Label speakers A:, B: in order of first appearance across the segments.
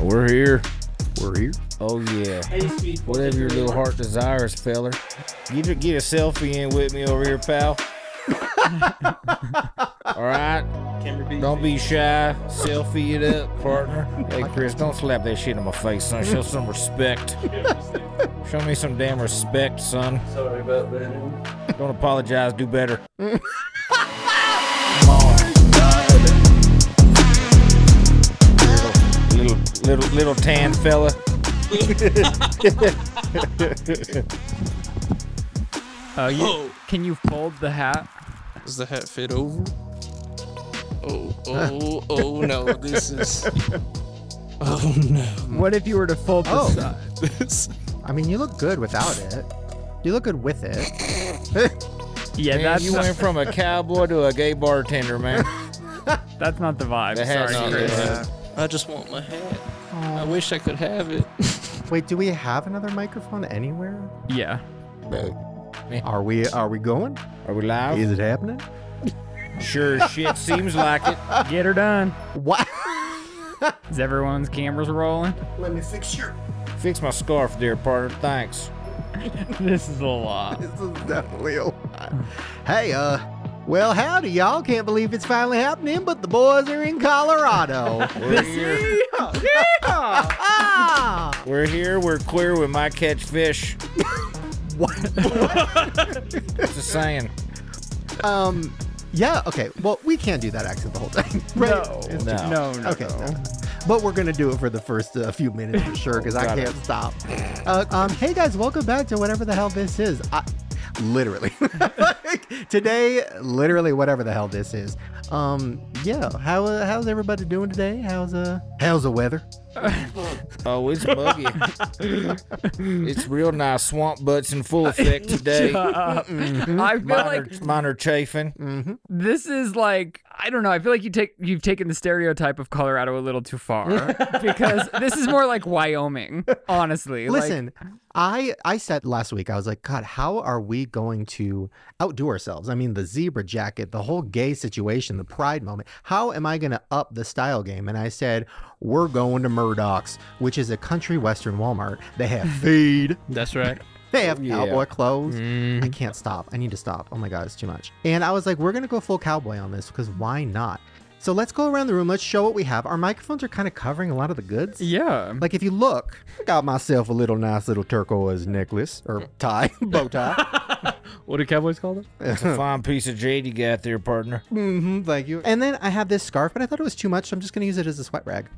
A: We're here.
B: We're here.
A: Oh yeah. Whatever your little heart desires, feller. Get a, get a selfie in with me over here, pal. All right. Don't be shy. Selfie it up, partner. Hey, Chris, don't slap that shit in my face, son. Show some respect. Show me some damn respect, son.
C: Sorry about that.
A: Don't apologize. Do better. little, little, little tan fella.
D: Uh, you, can you fold the hat?
C: Does the hat fit over? Oh, oh, oh no, this is. Oh no,
D: What if you were to fold the
B: Oh.
D: side?
C: this.
B: I mean, you look good without it. You look good with it.
D: Yeah,
A: Man,
D: that's
A: you
D: not,
A: went from a cowboy to a gay bartender, man.
D: that's not the vibe.
A: The hat's
D: Sorry,
A: not
D: Chris.
A: the
B: yeah.
C: I just want my hat. I wish I could have it.
B: Wait, do we have another microphone anywhere?
D: Yeah.
B: Are we are we going?
A: Are we live?
B: Is it happening?
A: Sure as shit seems like it.
D: Get her done.
B: What?
D: Is everyone's cameras rolling?
B: Let me fix your.
A: Fix my scarf, dear partner. Thanks.
D: This is a lot.
B: This is definitely a lot. Hey, uh, well, howdy, y'all. Can't believe it's finally happening, but the boys are in Colorado.
A: We're here.
B: ah!
A: We're here. We're queer. We might catch fish.
B: What?
A: It's a saying.
B: Um, yeah, okay. Well, we can't do that accent the whole time, right?
D: No.
A: No.
D: No, no.
B: Okay.
D: no.
B: no. But we're going to do it for the first uh, few minutes for sure because I
A: Got it.
B: can't stop. Uh, um, hey guys, welcome back to whatever the hell this is. I, literally. Like, today, literally, whatever the hell this is. Um, yeah, how, uh, how's everybody doing today? How's, uh, how's the weather?
A: Oh, it's muggy. it's real nice. Swamp butts in full effect today.
D: Shut up. I feel
A: Minor,
D: like
A: minor chafing.
B: Mm-hmm.
D: this is like I don't know. I feel like you take you've taken the stereotype of Colorado a little too far because this is more like Wyoming, honestly. like-
B: Listen, I I said last week I was like, God, how are we going to outdo ourselves? I mean, the zebra jacket, the whole gay situation, the pride moment. How am I going to up the style game? And I said, we're going to Murdoch's, which is a country western Walmart. They have feed,
C: That's right. Mm-hmm.
B: they have
A: Yeah.
B: cowboy clothes.
A: Mm.
B: I can't stop. I need to stop. Oh my God, it's too much. And I was like, we're going to go full cowboy on this because why not? So let's go around the room. Let's show what we have. Our microphones are kind of covering a lot of the goods.
D: yeah.
B: Like if you look, I got myself a little nice little turquoise necklace or tie, bow tie.
D: What do cowboys call them?
A: It's a fine piece of jade you got there, partner.
B: mm-hmm, thank you. And then I have this scarf, but I thought it was too much, so I'm just gonna use it as a sweat rag.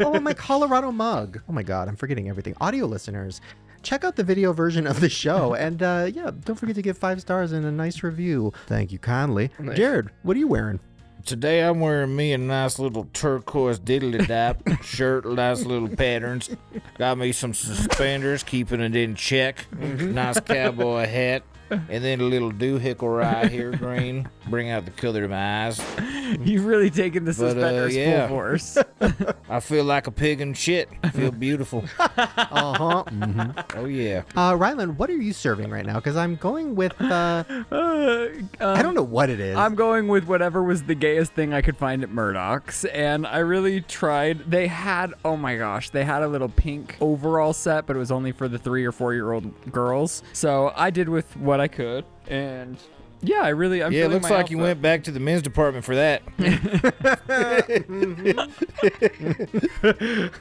B: oh, my Colorado mug. Oh my god, I'm forgetting everything. Audio listeners, check out the video version of the show, and uh, yeah, don't forget to give five stars and a nice review. Thank you kindly. Jared, what are you wearing?
A: Today I'm wearing me a nice little turquoise diddly dap shirt, nice little patterns. Got me some suspenders, keeping it in check.
D: Mm-hmm.
A: Nice cowboy hat. And then a little doohickle right here, green. Bring out the color of my eyes.
D: You've really taken the
A: But, uh,
D: suspenders
A: yeah.
D: full force.
A: I feel like a pig in shit. I feel beautiful.
B: Uh huh.
A: Oh yeah.
B: Uh, Rylan, what are you serving right now? Because I'm going with uh,
D: Uh,
B: I
D: um,
B: don't know what it is.
D: I'm going with whatever was the gayest thing I could find at Murdoch's, and I really tried. They had, oh my gosh, they had a little pink overall set, but it was only for the three or four year old girls. So I did with what I could, and yeah, I really, I'm
A: yeah, it
D: feeling
A: looks
D: my
A: like you
D: outfit.
A: went back to the men's department for that.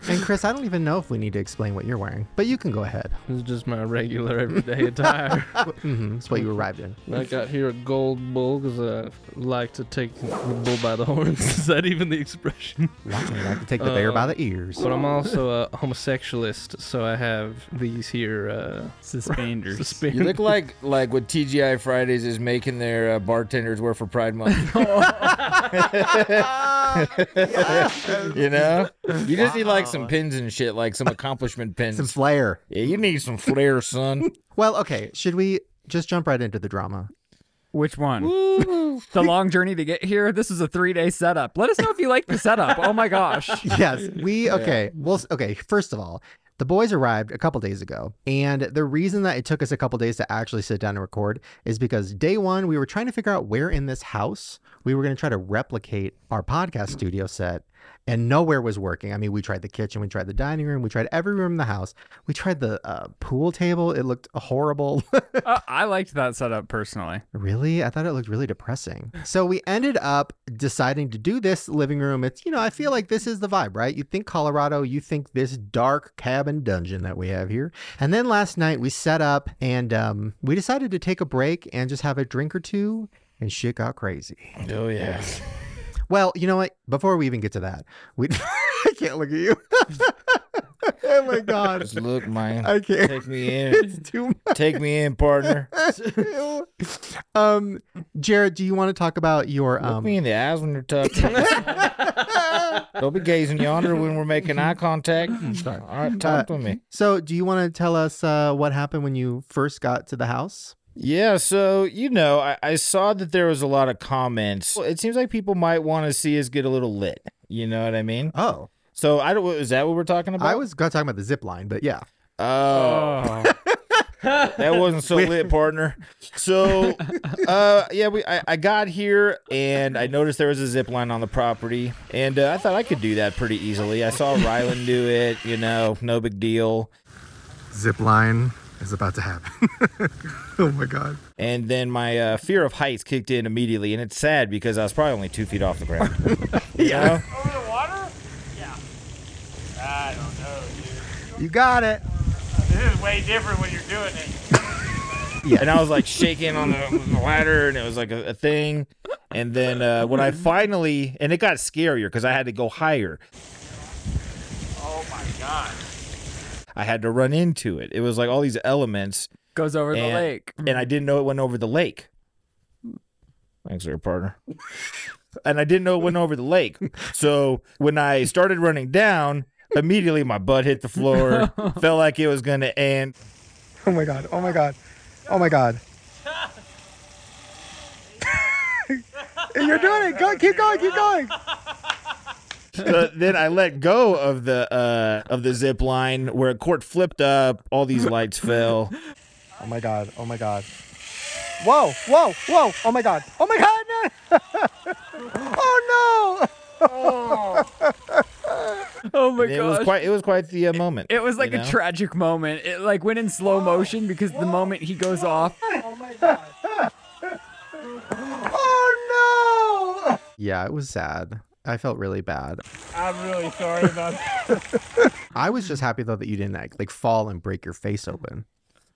B: And Chris, I don't even know if we need to explain what you're wearing, but you can go ahead.
C: This is just my regular everyday attire.
B: hmm That's what you arrived in.
C: I got here a gold bull because I like to take the bull by the horns. Is that even the expression?
B: Watching like to take the bear by the ears.
E: But I'm also a homosexualist, so I have these here uh,
D: Suspenders.
E: suspenders.
A: You look like like what TGI Fridays is making their uh, bartenders wear for Pride Month.
B: Oh.
A: you know, you just need like some pins and shit, like some accomplishment pins.
B: Some flair.
A: yeah, you need some flair, son.
B: Well, okay. Should we just jump right into the drama?
D: Which one? The long journey to get here. This was a three day setup. Let us know if you like the setup. Oh my gosh.
B: Yes, we okay. Well, s- okay. First of all, the boys arrived a couple days ago, and the reason that it took us a couple days to actually sit down and record is because day one we were trying to figure out where in this house we were going to try to replicate our podcast studio set and nowhere was working. I mean, we tried the kitchen, we tried the dining room, we tried every room in the house. We tried the uh, pool table. It looked horrible.
D: Uh, I liked that setup personally.
B: Really? I thought it looked really depressing. So we ended up deciding to do this living room. It's, you know, I feel like this is the vibe, right? You think Colorado, you think this dark cabin dungeon that we have here. And then last night we set up and um, we decided to take a break and just have a drink or two. And shit got crazy.
A: Oh yeah.
B: Well, you know what? Before we even get to that, we I can't look at you. oh my god,
A: Just look, man.
B: I can't.
A: Take me in.
B: It's too much.
A: Take me in, partner.
B: um, Jared, do you want to talk about your
A: Look
B: um?
A: me in the eyes when you're talking. Don't be gazing yonder when we're making eye contact.
B: Mm,
A: All right,
B: Uh,
A: talk to me.
B: So, do you want to tell us uh, what happened when you first got to the house?
A: Yeah, so you know, I, I saw that there was a lot of comments. It seems like people might want to see us get a little lit. You know what I mean?
B: Oh,
A: So I don't. Is that what we're talking about?
B: I was going to talk about the zip line, but yeah.
A: Oh, that wasn't so lit, partner. So, uh, yeah, we I, I got here and I noticed there was a zip line on the property, and uh, I thought I could do that pretty easily. I saw Rylan do it. You know, no big deal.
B: Zip line is about to happen. oh my god.
A: And then my uh, fear of heights kicked in immediately, and it's sad because I was probably only two feet off the ground. yeah.
F: Over the water? Yeah. I don't know, dude.
B: You got it.
F: This is way different when you're doing it.
A: and I was like shaking on the, the ladder, and it was like a, a thing. And then uh, when I finally, and it got scarier because I had to go higher.
F: Oh my god.
A: I had to run into it. It was like all these elements,
D: Goes over the
A: And-
D: lake.
A: and I didn't know it went over the lake. Thanks, there, partner. and I didn't know it went over the lake. So when I started running down, immediately my butt hit the floor. felt like it was going to end.
B: Oh my god. Oh my god. Oh my god. You're doing it. Go, keep going. Keep going.
A: So then I let go of the uh, of the zip line where a court flipped up. All these lights fell.
B: Oh my god. Oh my god. Whoa. Whoa. Whoa. Oh my god. Oh my god. No. oh no.
D: Oh my
A: it was
D: gosh.
A: quite it was quite the uh, moment.
D: It was like
A: you
D: a
A: know?
D: tragic moment. It like went in slow motion because the moment he goes off,
B: Oh no. Yeah, it was sad. I felt really bad.
F: I'm really sorry about that.
B: I was just happy though that you didn't like, like fall and break your face open.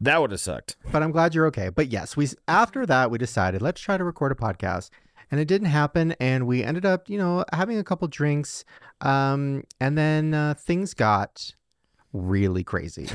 A: That would have sucked.
B: But I'm glad you're okay. But yes, we after that we decided let's try to record a podcast, and it didn't happen. And we ended up, you know, having a couple drinks, um, and then uh, things got really crazy.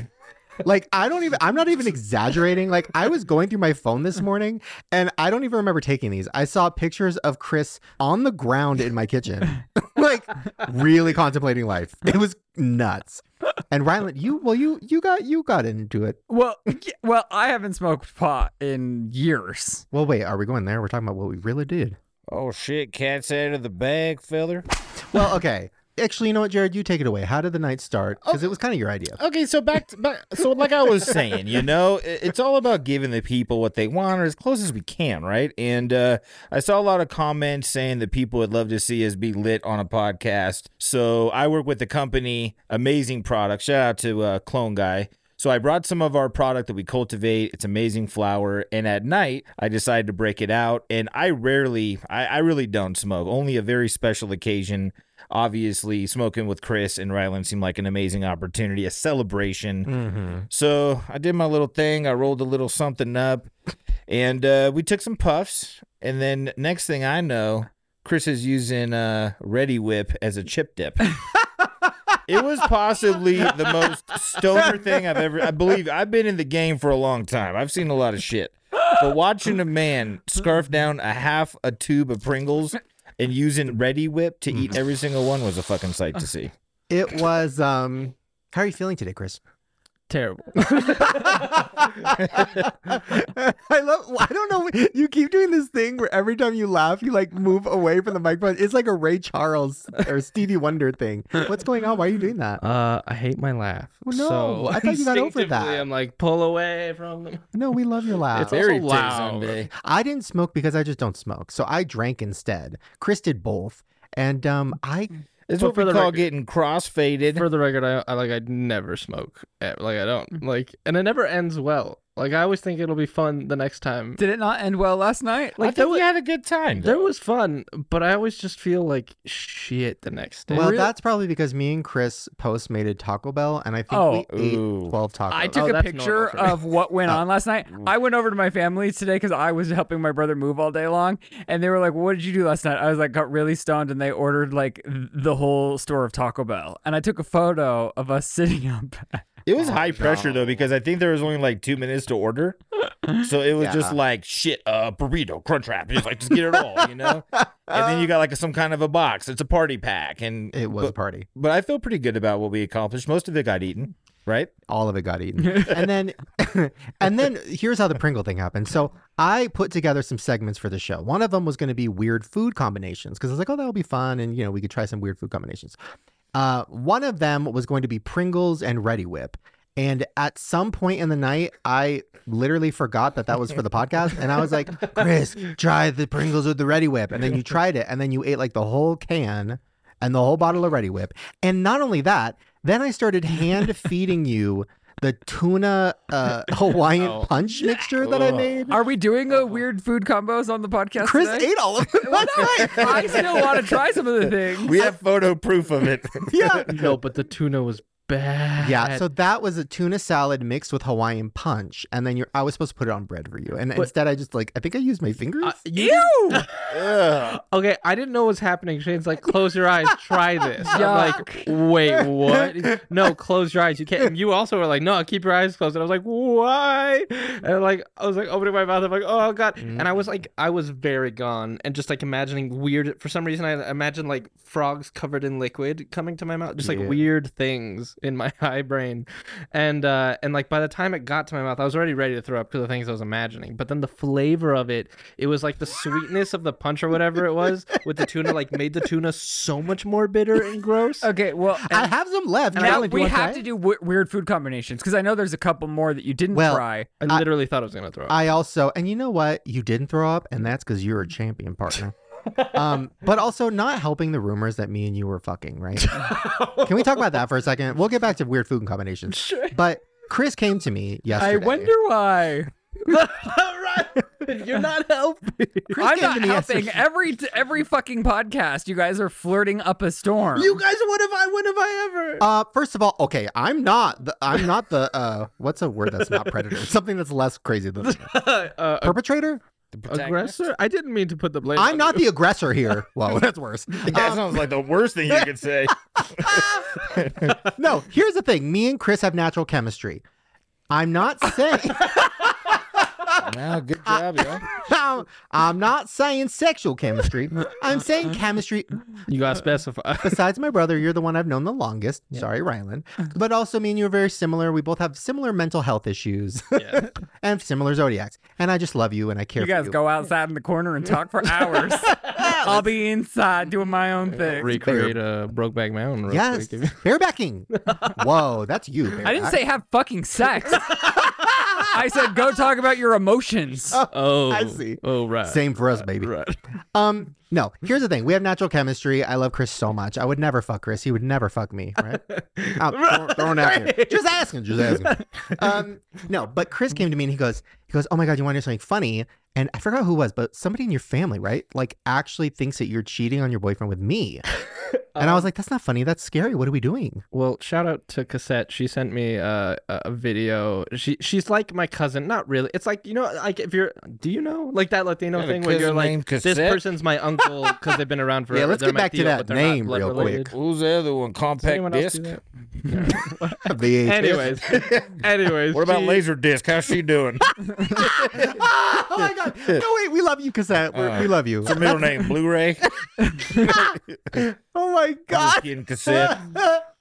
B: Like I don't even I'm not even exaggerating. Like I was going through my phone this morning and I don't even remember taking these. I saw pictures of Chris on the ground in my kitchen. like really contemplating life. It was nuts. And Rylan, you well you you got you got into it.
D: well, y- well, I haven't smoked pot in years.
B: Well wait, are we going there? We're talking about what we really did.
A: Oh shit! Cat's out of the bag, feather.
B: Well, okay. Actually, you know what, Jared, you take it away. How did the night start? Because it was kind of your idea.
A: Okay, so back, to, back so like I was saying, you know, i- it's all about giving the people what they want or as close as we can, right? And uh, I saw a lot of comments saying that people would love to see us be lit on a podcast. So I work with the company, amazing product. Shout out to uh, Clone Guy. So I brought some of our product that we cultivate. It's amazing flower. And at night, I decided to break it out. And I rarely, I, I really don't smoke. Only a very special occasion. Obviously, smoking with Chris and Rylan seemed like an amazing opportunity, a celebration.
B: Mm-hmm.
A: So I did my little thing. I rolled a little something up, and uh, we took some puffs. And then next thing I know, Chris is using uh, Ready Whip as a chip dip. it was possibly the most stoner thing I've ever. I believe I've been in the game for a long time. I've seen a lot of shit, but watching a man scarf down a half a tube of Pringles. And using Ready Whip to
E: Hmm.
A: eat every single one was a fucking sight to see.
B: It was, um, how are you feeling today, Chris?
E: Terrible.
B: I love, I don't know. You keep doing this thing where every time you laugh, you like move away from the microphone. It's like a Ray Charles or Stevie Wonder thing. What's going on? Why are you doing that?
E: Uh, I hate my laugh.
B: Well, no,
E: so
B: I thought you got over
E: instinctively,
B: that. Ah.
E: I'm like, pull away from them.
B: No, we love your laugh.
E: It's
A: Very
E: also
A: tasty
E: loud.
A: Sunday.
B: I didn't smoke because I just don't smoke. So I drank instead. Chris did both. And um, I
A: It's
E: But
A: what
E: for
A: we
E: the
A: call
E: record-
A: getting crossfaded.
E: For the record, I, I like I never smoke. Eh, Like I don't like, and it never ends well. Like I always think it'll be fun the next time.
D: Did it not end well last night?
A: I
E: Like there
A: think
E: was,
A: we had a good time.
E: there was fun, but I always just feel like shit the next day.
B: Well, that's probably because me and Chris postmated Taco Bell, and I think
D: Oh.
B: we ate
A: Ooh.
B: 12 tacos.
D: I took
E: Oh,
D: a
E: that's normal
D: picture
E: for me.
D: of what went
A: Oh.
D: on last night.
A: Mm.
D: I went over to my family today because I was helping my brother move all day long, and they were like, "What did you do last night?" I was like, "Got really stoned," and they ordered like th- the whole store of Taco Bell, and I took a photo of us sitting up.
A: It was high pressure though because I think there was only like two minutes to order, so it was just
B: Yeah.
A: like shit, uh, burrito, crunch wrap. Just like just get it all, you know. and then you got like some kind of a box. It's a party pack, and
B: it was a
A: But,
B: party.
A: but I feel pretty good about what we accomplished. Most of it got eaten, right?
B: All of it got eaten. and then and then here's how the Pringle thing happened. So I put together some segments for the show. One of them was going to be weird food combinations because I was like, oh, that'll be fun. And, you know, we could try some weird food combinations. Uh, one of them was going to be Pringles and Ready Whip. And at some point in the night, I literally forgot that that was for the podcast. And I was like, Chris, try the Pringles with the Ready Whip. And then you tried it. And then you ate like the whole can and the whole bottle of Ready Whip. And not only that, then I started hand feeding you the tuna uh, Hawaiian punch mixture that I made.
D: Are we doing
A: Uh-huh.
D: a weird food combos on the podcast?
B: Chris
D: today?
B: ate all of them.
D: Well, no, I, I still want to try some of the things.
A: We have photo proof of it.
B: yeah.
E: no, but the tuna was bad.
B: Yeah, so that was a tuna salad mixed with Hawaiian punch, and then you're, I was supposed to put it on bread for you, and instead I just like I think I used my fingers.
E: Uh,
D: Ew!
A: Ugh.
E: okay, I didn't know what was happening. Shane's like, close your eyes, try this. I'm like,
D: Yuck.
E: wait, what? No, close your eyes. You can't. And you also were like, no, keep your eyes closed. And I was like, why? And like, I was like opening my mouth. I'm like, oh god. And I was like, I was very gone and just like imagining weird. For some reason, I imagined like frogs covered in liquid coming to my mouth, just like
B: Yeah.
E: weird things in my high brain. And uh, and like by the time it got to my mouth, I was already ready to throw up because of the things I was imagining. But then the flavor of it, it was like the sweetness of the punch or whatever it was with the tuna, like made the tuna so much more bitter and gross.
D: Okay, well,
B: I have some left.
D: now
B: Madeline, do you
D: we
B: wanna
D: have
B: try
D: to
B: it?
D: do w- weird food combinations because I know there's a couple more that you didn't
B: Well,
D: try.
E: I literally thought I was gonna throw up.
B: I also, and you know what? You didn't throw up, and that's because you're a champion partner. um, but also not helping the rumors that me and you were fucking, right? Can we talk about that for a second? We'll get back to weird food and combinations. But Chris came to me yesterday.
D: I wonder why.
E: You're not helping.
B: Chris
D: I'm
B: came
D: not
B: to me
D: helping.
B: yesterday.
D: Every every fucking podcast, you guys are flirting up a storm.
E: You guys, what have I? When have I ever?
B: Uh, first of all, okay, I'm not the I'm not the uh, what's a word that's not predator? Something that's less crazy than
E: Uh,
B: perpetrator.
A: The protagonist?
E: aggressor? I didn't mean to put the blame.
B: I'm
E: on
B: not
E: you.
B: the aggressor here. Whoa, that's worse.
A: That sounds like the worst thing you could say.
B: Um, No, here's the thing. Me and Chris have natural chemistry. I'm not saying
A: well, Oh, good job, y'all.
B: I'm, I'm not saying sexual chemistry. I'm saying chemistry.
E: You gotta specify.
B: Besides my brother, you're the one I've known the longest. Sorry, Rylan. But also, me and you are very similar. We both have similar mental health issues
E: yeah.
B: and similar zodiacs. And I just love you and I care
D: You
B: for
D: guys
B: you.
D: go outside in the corner and talk for hours. I'll be inside doing my own thing.
E: Recreate a Brokeback Mountain. Real
B: yes,
E: Quick.
B: barebacking. Whoa, that's you.
D: I didn't
B: bareback.
D: say have fucking sex. I said go talk about your emotions.
E: Oh,
B: I see.
E: Oh, right.
B: Same for us, baby.
E: Right.
B: Um, no. Here's the thing: we have natural chemistry. I love Chris so much. I would never fuck Chris. He would never fuck me. Right? Out, throw- throwing out there. Just asking. Just asking. Um, no, but Chris came to me and he goes, he goes, oh my god, you want to do something funny? And I forgot who it was, but somebody in your family, right? Like actually thinks that you're cheating on your boyfriend with me. And I was like, that's not funny. That's scary. What are we doing?
E: Well, shout out to Cassette. She sent me uh, a a video. She she's like my cousin. Not really. It's like you know, like if you're, do you know, like that Latino
A: You have a
E: thing where you're
A: cousin
E: like,
A: named
E: this
A: Cassette?
E: person's my uncle because they've been around forever.
B: Yeah, let's
E: They're
B: get
E: my
B: back to
E: tío,
B: that
E: but they're not
B: name
E: blood
B: real
E: related."
A: Who's the other one?
E: Does anyone
A: Compact
E: else do
A: disc.
E: that?
B: VHS.
E: Anyways, anyways.
A: What about
E: she-
A: laser disc? How's she doing?
B: Ah, oh my god. No wait, we love you, Cassette. We're,
A: Uh,
B: we love you.
A: What's her middle name? Blu-ray.
B: Oh my god.
A: Getting cassette.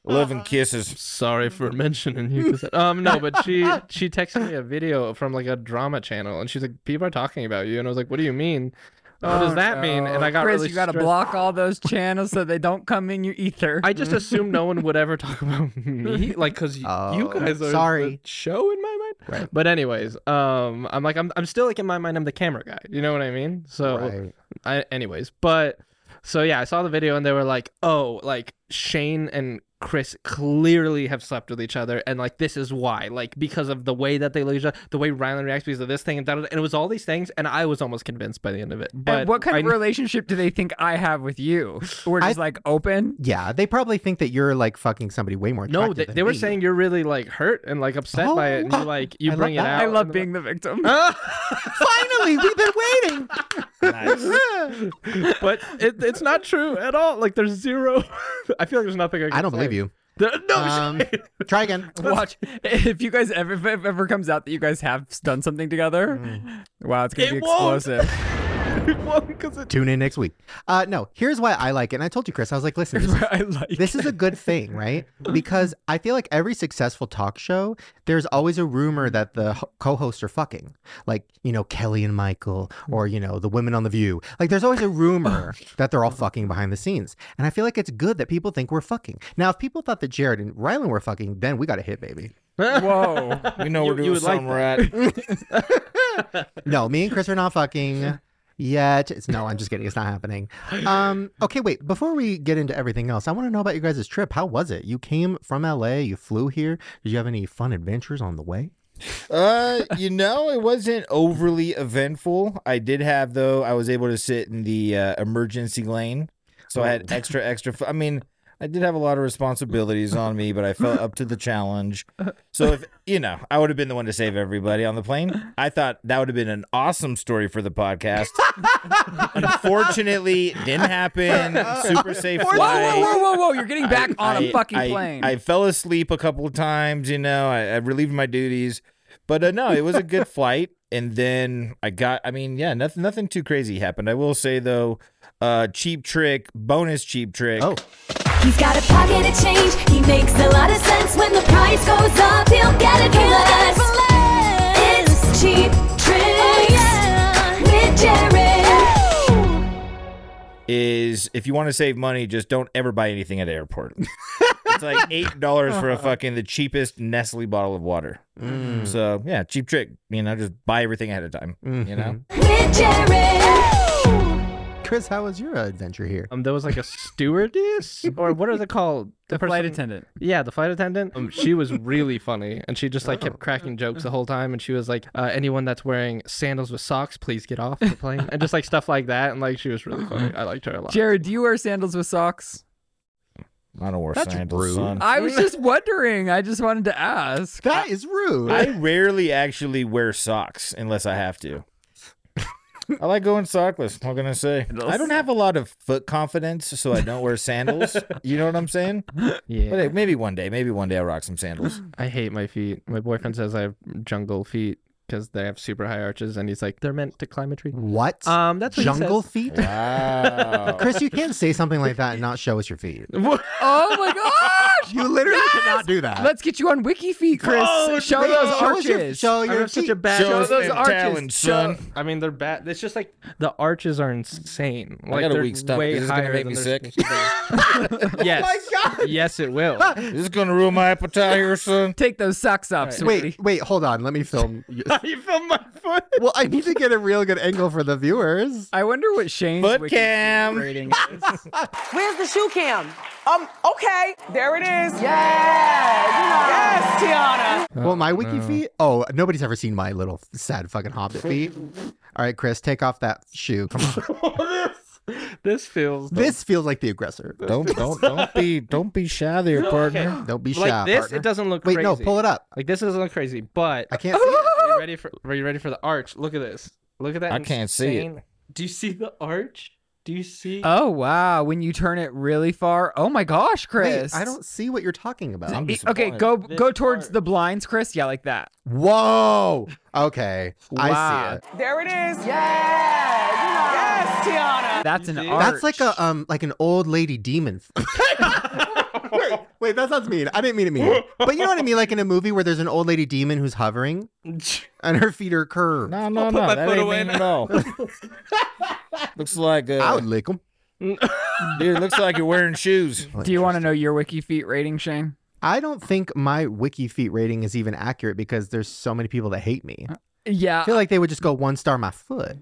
A: Love and kisses.
E: Sorry for mentioning you. Cassette. Um, no, but she she texted me a video from like a drama channel, and she's like, "People are talking about you," and I was like, "What do you mean? What does that mean?" And I got
D: Chris,
E: really
D: you gotta
E: stressed.
D: block all those channels so they don't come in your ether.
E: I just assumed no one would ever talk about me, like, cause y- you
B: Oh,
E: guys are
B: sorry.
E: the show in my mind. But anyways, um, I'm like, I'm, I'm still like in my mind, I'm the camera guy. You know what I mean? So,
B: Right.
E: I, anyways, but So yeah, I saw the video and they were like, "Oh, like Shane and Chris clearly have slept with each other, and like this is why, like because of the way that they look at each other, the way Rylan reacts because of this thing and that, and it was all these things, and I was almost convinced by the end of it. But
D: and what kind
E: I
D: of relationship do they think I have with you? We're just like open.
B: Yeah, they probably think that you're like fucking somebody way more.
E: No,
B: attractive
E: they,
B: than
E: they were
B: me.
E: saying you're really like hurt and like upset by it, and you
B: Oh,
E: like you
B: I love
E: bring it
B: that.
E: out.
D: I
E: and
D: love
E: then-
D: being the victim.
B: Finally, we've been waiting.
A: Nice.
E: but it, it's not true at all. Like there's zero. I feel like there's nothing. I, can
B: I don't believe
E: say.
B: you.
E: There- no.
B: Um, try again.
D: Watch if you guys ever if it ever comes out that you guys have done something together. Wow, it's gonna
E: It
D: be
E: won't.
D: explosive.
E: because it
B: Tune in next week. Uh, no, here's why I like it. And I told you, Chris, I was like, listen, this is
D: I like
B: this is a good thing, right? Because I feel like every successful talk show, there's always a rumor that the ho- co-hosts are fucking, like you know Kelly and Michael, or you know the women on the View. Like there's always a rumor that they're all fucking behind the scenes, and I feel like it's good that people think we're fucking. Now, if people thought that Jared and Rylan were fucking, then we got a hit, baby.
D: Whoa.
A: We know
E: You-
A: we're doing
E: you would like
A: something right.
B: No, me and Chris are not fucking yet. It's no, I'm just kidding. It's not happening. Um, okay, wait. Before we get into everything else, I want to know about your guys' trip. How was it? You came from LA. You flew here. Did you have any fun adventures on the way?
A: Uh, you know, it wasn't overly eventful. I did have though. I was able to sit in the uh, emergency lane, so I had extra extra. fu- I mean, I did have a lot of responsibilities on me, but I felt up to the challenge. So if you know, I would have been the one to save everybody on the plane. I thought that would have been an awesome story for the podcast. Unfortunately, didn't happen. Super safe
D: Whoa, whoa,
A: flight.
D: whoa, whoa, whoa. You're getting back on
A: a
D: a fucking plane.
A: I, fell asleep a couple of times, you know. I, I relieved my duties, but uh, no, it was a good flight. And then I got, I mean, yeah, nothing, nothing too crazy happened. I will say though, uh, cheap trick, bonus cheap trick.
B: Oh,
G: He's got a pocket of change. He makes a lot of sense. When the price goes up, he'll get it for less. It's cheap tricks with Jared.
A: is if you want to save money, just don't ever buy anything at the airport. it's like eight dollars for a fucking the cheapest Nestle bottle of water.
B: Mm.
A: So yeah, cheap trick. You know, just buy everything ahead of time. You know,
B: Mm-hmm.
G: With Jared.
B: Chris, how was your adventure here?
E: Um, there was like a stewardess, or what is it called?
D: the
E: person-
D: flight attendant.
E: Yeah, the flight attendant. Um, she was really funny, and she just like
A: Oh.
E: kept cracking jokes the whole time. And she was like, uh, "Anyone that's wearing sandals with socks, please get off the plane," and just like stuff like that. And like she was really funny. I liked her a lot.
D: Jared, do you wear sandals with socks?
A: I don't wear
B: That's
A: sandals,
B: rude.
A: son.
D: I was just wondering. I just wanted to ask.
B: That is rude.
A: I rarely actually wear socks unless I have to. I like going sockless. What can I say? I don't have a lot of foot confidence, so I don't wear sandals. You know what I'm saying? But
E: Yeah,
A: hey, maybe one day, maybe one day I'll rock some sandals.
E: I hate my feet. My boyfriend says I have jungle feet because they have super high arches, and he's like, "They're meant to climb a tree."
B: uh, what?
E: Um, that's what he
B: Jungle
E: says.
B: feet?
A: Wow.
B: Chris, you can't say something like that and not show us your feet.
D: Oh my gosh!
B: You literally cannot do that.
D: Let's get you Oh, on Wiki Feet, Chris. show
B: Wait,
D: those
B: show us your,
D: arches.
B: show
E: I
B: your
E: have such
B: feet.
E: a bad.
A: Show us
E: those
A: them
E: arches.
A: talents,
E: Show-
A: son.
E: I mean, they're bad. It's just like the arches are insane. Like,
A: I got a
E: they're
A: weak stomach.
E: Way
A: Is this gonna
E: higher
A: make
E: than
A: me
E: they're
A: sick? Oh
E: supposed to be. yes. Yes, it will.
A: Is this gonna ruin my appetite here, son?
D: Take those socks off, sweetie.
B: Wait, wait, hold on. Let me film.
E: you filmed my foot.
B: well, I need to get a real good angle for the viewers.
D: I wonder what Shane's
A: Foot
D: Wiki Feet
A: cam.
D: rating is.
H: Where's the shoe cam? Um, okay, there it is. Yeah, yes,
E: Uh,
H: Tiana.
B: well, my wiki feet. Oh, nobody's ever seen my little sad fucking hobbit feet. All right, Chris, take off that shoe. Come on.
E: This feels
B: this feels like the aggressor.
A: Don't don't don't be don't be shy there, partner.
B: Don't be shy.
E: like this.
B: partner.
E: It doesn't look
B: Wait,
E: crazy.
B: no, pull it up.
E: Like this doesn't look crazy, but
B: I can't see it.
E: are you ready for? Are you ready for the arch? Look at this. Look at that.
A: I can't see it.
E: insane- Do you see the arch? Do you see?
D: Oh wow! When you turn it really far, oh my gosh, Chris!
B: Wait, I don't see what you're talking about.
A: I'm
D: E- Okay,
A: disappointed.
D: go go towards the blinds, Chris. Yeah, like that.
B: Whoa. Okay. I
D: Wow.
B: see it.
H: There it is. Yeah, yes, Tiana.
D: That's an
E: see?
D: arch.
B: That's like a um like an old lady demon. wait, wait, that sounds mean. I didn't mean it mean. But you know what I mean? Like in a movie where there's an old lady demon who's hovering and her feet are curved.
A: No, no,
E: put
A: no.
E: my
A: That
E: foot
A: ain't
E: away
A: mean at all. looks like
B: I
A: uh,
B: would lick them.
A: dude. Looks like you're wearing shoes.
D: Do you want to know your Wiki Feet rating, Shane?
B: I don't think my wiki feet rating is
A: Uh,
B: even accurate because there's so many people that hate me.
D: Yeah,
B: I feel like they would just go one star my foot.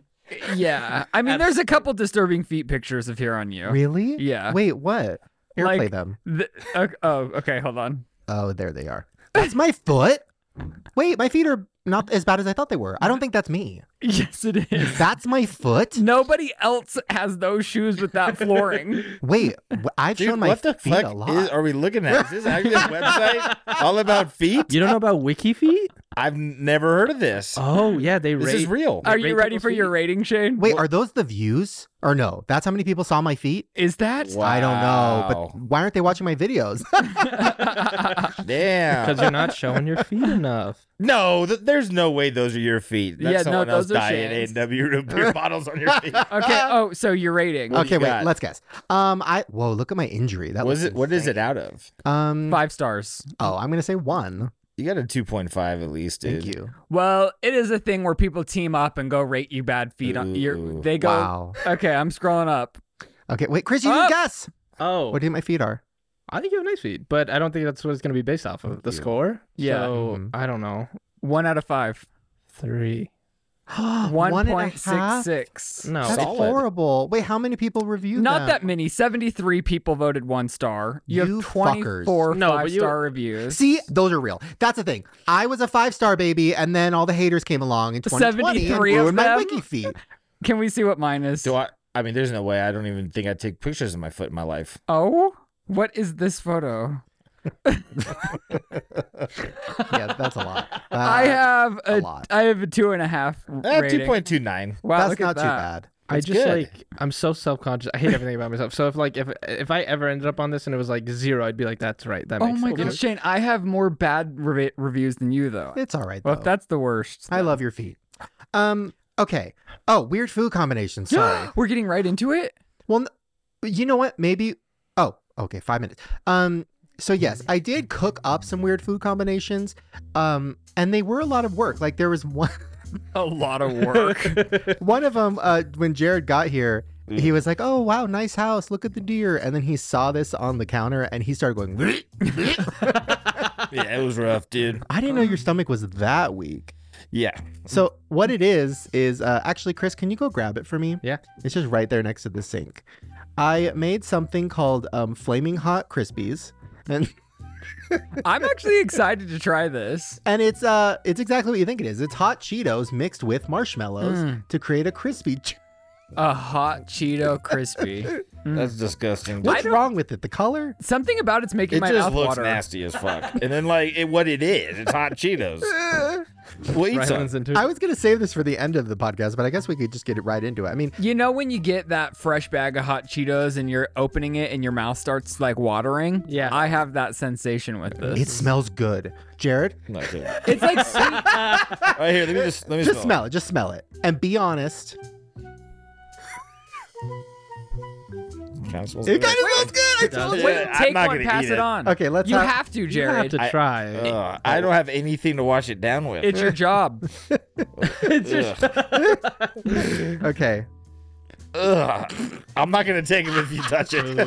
D: yeah. I mean, there's a couple disturbing feet pictures of here on you.
B: Really?
D: Yeah.
B: Wait, what? Here, play
D: Like-
B: them.
D: The- oh, oh, okay. Hold on.
B: Oh, there they are. That's my foot. Wait, my feet are not as bad as I thought they were. I don't think that's me.
D: Yes, it is.
B: That's my foot.
D: Nobody else has those shoes with that flooring.
B: Wait, wh- I've
A: Dude,
B: shown my
A: what the
B: feet
A: fuck
B: a lot.
A: is, are we looking at? Is this actually a website all about feet?
E: You don't know about Wiki feet?
A: I've never heard of this.
E: Oh yeah, they
A: this
E: rate.
A: is real.
D: Are you
E: rate
D: ready
E: people's
D: for your
E: feet.
D: rating, Shane?
B: Wait, are those the views? Or no? That's how many people saw my feet?
D: Is that?
B: I don't know, but
A: Wow.
B: why aren't they watching my videos?
A: Damn.
E: because you're not showing your feet enough.
A: No, th- there's no way those are your feet. That's
D: Yeah, no,
A: someone else
D: those are
A: dying
D: Shane's.
A: AW to beer bottles on your feet.
D: Okay. Oh, so your rating.
A: What do
B: Uh, okay,
A: you
B: wait,
A: got?
B: let's guess. Um, I whoa, look at my injury. That
A: Was
B: looks
A: it? What is it out of?
B: insane. Um,
D: Five stars.
B: oh, I'm gonna say one.
A: You got a 2.5 at least, dude.
B: Thank you.
D: Well, it is a thing where people team up and go rate you bad feet. On your,
A: Ooh.
D: they go.
B: Wow.
D: Okay, I'm scrolling up.
B: Okay, wait, Chris, you didn't
D: Up.
B: guess.
E: Oh,
B: What do you think my feet are?
E: I think you have nice feet, but I don't think that's what it's going to be based off of. The
A: you.
E: score.
D: Yeah.
E: So
B: Mhm.
E: I don't know.
D: One out of five.
E: Three.
B: One and a
D: 1.66.
E: No.
B: That's
A: Solid.
B: horrible. Wait, how many people reviewed
D: Not
B: them?
D: that many. 73 people voted one star. You,
B: You
D: have
B: fuckers.
D: 24
E: No,
D: five
E: but you-
D: star reviews.
B: See, those are real. That's the thing. I was a five star baby, and then all the haters came along in 2020 and
D: 73 of
B: ruined my
D: them?
B: wiki feet.
D: Can we see what mine is?
A: Do I? I mean, there's no way. I don't even think I take pictures of my foot in my life.
D: oh, what is this photo?
B: Yeah, that's a lot. Uh,
D: I have
B: a
D: a,
B: lot.
D: I have a two and a half. r-
A: Eh,
D: rating.
A: 2.29.
D: Wow,
B: that's
D: look
B: not
D: at
B: too
D: that.
B: bad.
E: I
A: That's
E: just
A: good.
E: like I'm so self conscious. I hate everything about myself. So if like if if I ever ended up on this and it was like zero, I'd be like, that's right. That
D: Oh
E: makes
D: my
E: sense.
D: gosh, Shane, I have more bad re- reviews than you though.
B: It's all right.
D: well,
B: though.
D: if that's the worst.
B: I love your feet. Um. Okay. Oh, weird food combinations. Sorry.
D: We're getting right into it.
B: well, n- you know what? Maybe. Oh, okay. Five minutes. Um. So yes, I did cook up some weird food combinations. Um, and they were a lot of work. Like there was one.
D: A lot of work.
B: One of them, uh, when Jared got here, he was like, "Oh wow, nice house! Look at the deer!" And then he saw this on the counter, and he started going. "Bleh."
A: yeah, it was rough, dude.
B: I didn't know your stomach was that weak.
A: Yeah.
B: So what it is is uh, actually, Chris, can you go grab it for me?
E: Yeah.
B: it's just right there next to the sink. I made something called um, flaming hot crispies, and
D: I'm actually excited to try this.
B: and it's uh it's exactly what you think it is. It's hot Cheetos mixed with marshmallows
D: Hmm.
B: to create a crispy. ch-
D: A hot Cheeto crispy.
A: That's disgusting.
B: What's wrong with it? The color?
D: Something about it's making
A: It
D: my
A: just
D: mouth
A: looks
D: water.
A: nasty as fuck. And then, like, it, what it is, it's hot Cheetos. We'll eat some.
E: Rylan's into
B: I was gonna save this for the end of the podcast, but I guess we could just get it right into it. I mean,
D: You know when you get that fresh bag of hot Cheetos and you're opening it and your mouth starts like watering?
E: Yeah.
D: I have that sensation with this.
B: It smells good. Jared,
A: No, dude. All
D: It's like sweet.
A: right, here, let me just, let me
B: just smell it. Just smell it. And be honest.
A: it. Kinda smells
B: It
A: good.
B: kind of smells good. I told
A: Yeah,
B: you.
D: Wait,
A: I'm
D: take
A: not
D: one,
A: gonna
D: pass
A: eat
D: it.
A: it.
D: on.
B: Okay, let's
D: You
B: have-
D: have to,
E: You have
D: Jared.
E: to
A: I-
E: try.
A: Ugh, I don't have anything to wash it down with.
D: It's your job.
A: Ugh.
B: Okay.
A: Ugh. I'm not gonna take it if you touch it.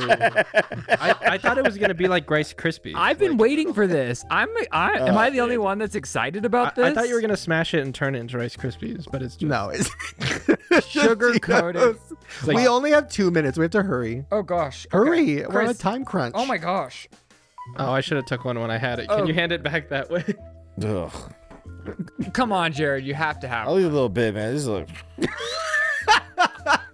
E: I, I thought it was gonna be like Rice Krispies.
D: I've been waiting for this. I'm. I, am I the only
A: dude.
D: one that's
E: I,
D: excited about this?
E: I thought you were gonna smash it and turn it into Rice Krispies, but it's just
B: No, it's
D: Sugar coated.
B: Cheetos.
E: like-
B: we only have two minutes. We have to hurry.
D: Oh gosh. Okay.
B: Hurry. We're on a
D: Chris.
B: time crunch.
D: Oh my gosh.
E: Oh, I should have took one when I had it. Can
D: Oh.
E: you hand it back that way?
A: Ugh.
D: Come on, Jared. You have to have.
A: I'll eat a little bit, man. This is, like, this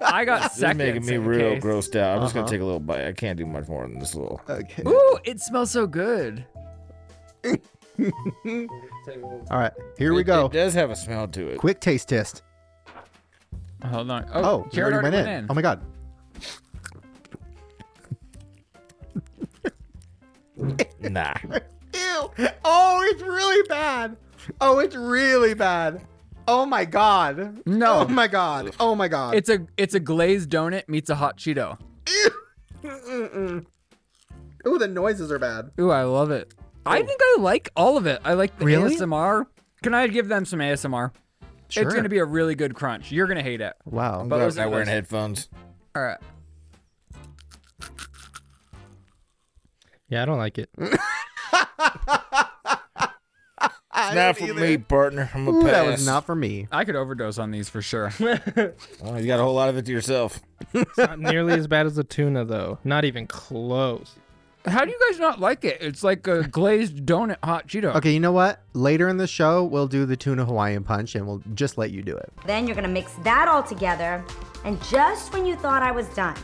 D: I got
A: is
D: seconds.
A: making me
D: in
A: real
D: case.
A: grossed out. I'm just
B: Uh-huh.
A: gonna take a little bite. I can't do much more than this little.
B: Okay.
D: Ooh, it smells so good.
B: All right. Here we
A: It-
B: go.
A: It does have a smell to it.
B: Quick taste test.
D: Hold on.
B: Oh, you
D: Jared
B: already went, in. Oh my god.
A: Nah.
B: Ew. Oh, it's really bad. Oh, it's really bad. Oh my god.
D: No.
B: Oh my god. Oh my god.
D: It's a it's a glazed donut meets a hot Cheeto.
B: Ooh, the noises are bad.
D: Ooh, I love it. I think I like all of it. I like the
B: Oh. Really?
D: ASMR. Can I give them some ASMR? It's gonna be a really good crunch. You're gonna hate it.
B: wow.
A: But I was
D: those are
A: not wearing
D: those-
A: headphones.
D: All right.
E: Yeah, I don't like it.
A: That's not for me, partner. I'm a
B: Ooh,
A: pass.
B: that was not for me.
D: I could overdose on these for sure.
A: Oh, you got a whole lot of it to yourself.
E: It's not nearly as bad as the tuna, though. Not even close.
D: How do you guys not like it? It's like a glazed donut hot Cheeto.
B: Okay, you know what? Later in the show, we'll do the tuna Hawaiian punch and we'll just let you do it.
I: Then you're gonna mix that all together, and just when you thought I was done,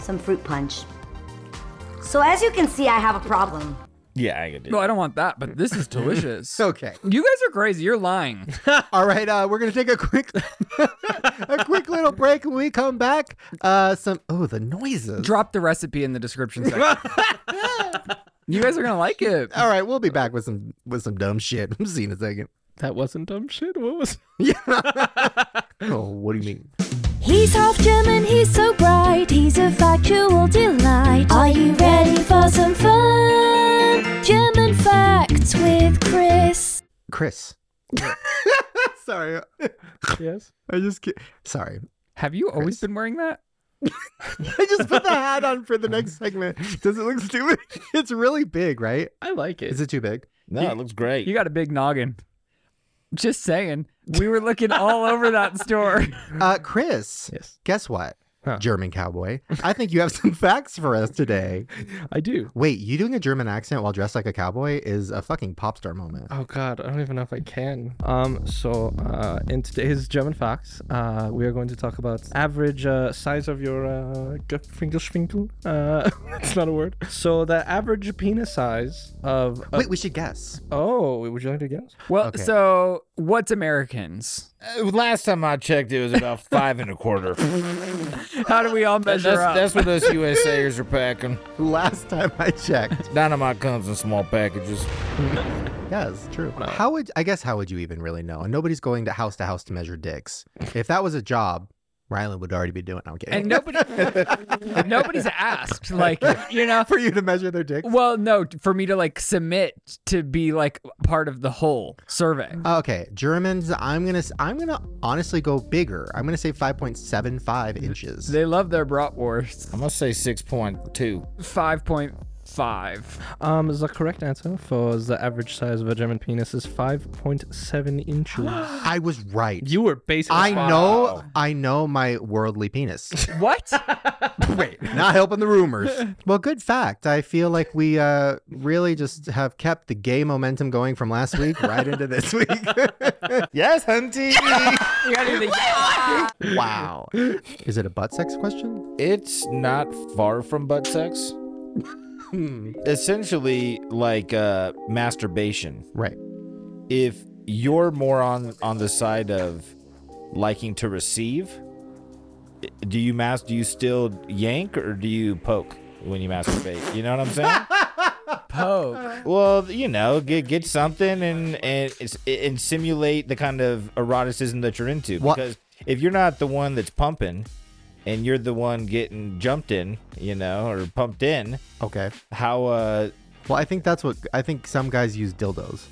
I: some fruit punch. So as you can see, I have a problem.
A: Yeah, I can do.
D: No, I don't want that, but this is delicious.
B: Okay.
D: you guys are crazy. You're lying.
B: All right, uh, we're gonna take a quick, a quick little break. When we come back, uh, some oh the noises.
D: Drop the recipe in the description section. you guys are gonna like it.
B: All right, we'll be back with some with some dumb shit. See you in a second.
E: That wasn't dumb shit. What was?
B: Oh, what do you mean?
G: He's half German, he's so bright, he's a factual delight. Are you ready for some fun? German facts with Chris.
B: Chris. Sorry,
E: Yes.
B: I just ki- Sorry,
D: Have you always been wearing that?
B: I just put the hat on for the next segment. Does it look stupid? It's really big, right?
E: I like it.
B: Is it too big?
A: No, it looks great.
D: You got a big noggin. Just saying. We were looking all over that store.
B: Uh, Chris.
E: Yes.
B: Guess what?
E: Huh.
B: German cowboy. I think you have some facts for us today.
E: I do.
B: Wait, you doing a German accent while dressed like a cowboy is a fucking pop star moment.
E: Oh God, I don't even know if I can. Um, so uh, in today's German Fox, uh, we are going to talk about average uh, size of your uh, Finkelschwinkel. Uh, it's not a word. So the average penis size of. a-
B: Wait, we should guess.
E: oh, would you like to guess?
D: Well,
B: Okay.
D: so what's Americans?
A: Uh, last time I checked, it was about five and a quarter.
D: How do we all
A: that's,
D: measure up?
A: that's what us USAers are packing.
B: Last time I checked.
A: Dynamite comes in small packages.
B: yes, true. How would I guess how would you even really know? And nobody's going to house to house to measure dicks. If that was a job, Ryland would already be doing it. I'm kidding.
D: and nobody, and nobody's asked. Like you know,
B: for you to measure their dicks.
D: well, no, for me to like submit to be like part of the whole survey.
B: Okay, Germans. I'm gonna. s- I'm gonna honestly go bigger. I'm gonna say 5.75 inches.
D: They love their bratwurst.
A: I'm gonna say six point two.
D: Five point five.
E: Um, the correct answer for the average size of a German penis is 5.7 inches.
B: I was right.
E: you were basically.
B: I know. I know my worldly penis.
D: What?
B: Wait, not helping the rumors. Well, good fact. I feel like we uh, really just have kept the gay momentum going from last week right into this week. yes, hunty.
D: You gotta do the-
B: wow. Is it a butt sex question?
A: It's not far from butt sex.
D: Hmm.
A: Essentially, like uh, masturbation.
B: Right.
A: if you're more on on the side of liking to receive, do you mas do you still yank or do you poke when you masturbate? You know what I'm saying?
D: poke.
A: well, you know, get get something and and it's- and simulate the kind of eroticism that you're into
B: What-
A: because if you're not the one that's pumping and you're the one getting jumped in, you know, or pumped in,
B: Okay.
A: how uh
B: Well, I think that's what I think some guys use dildos.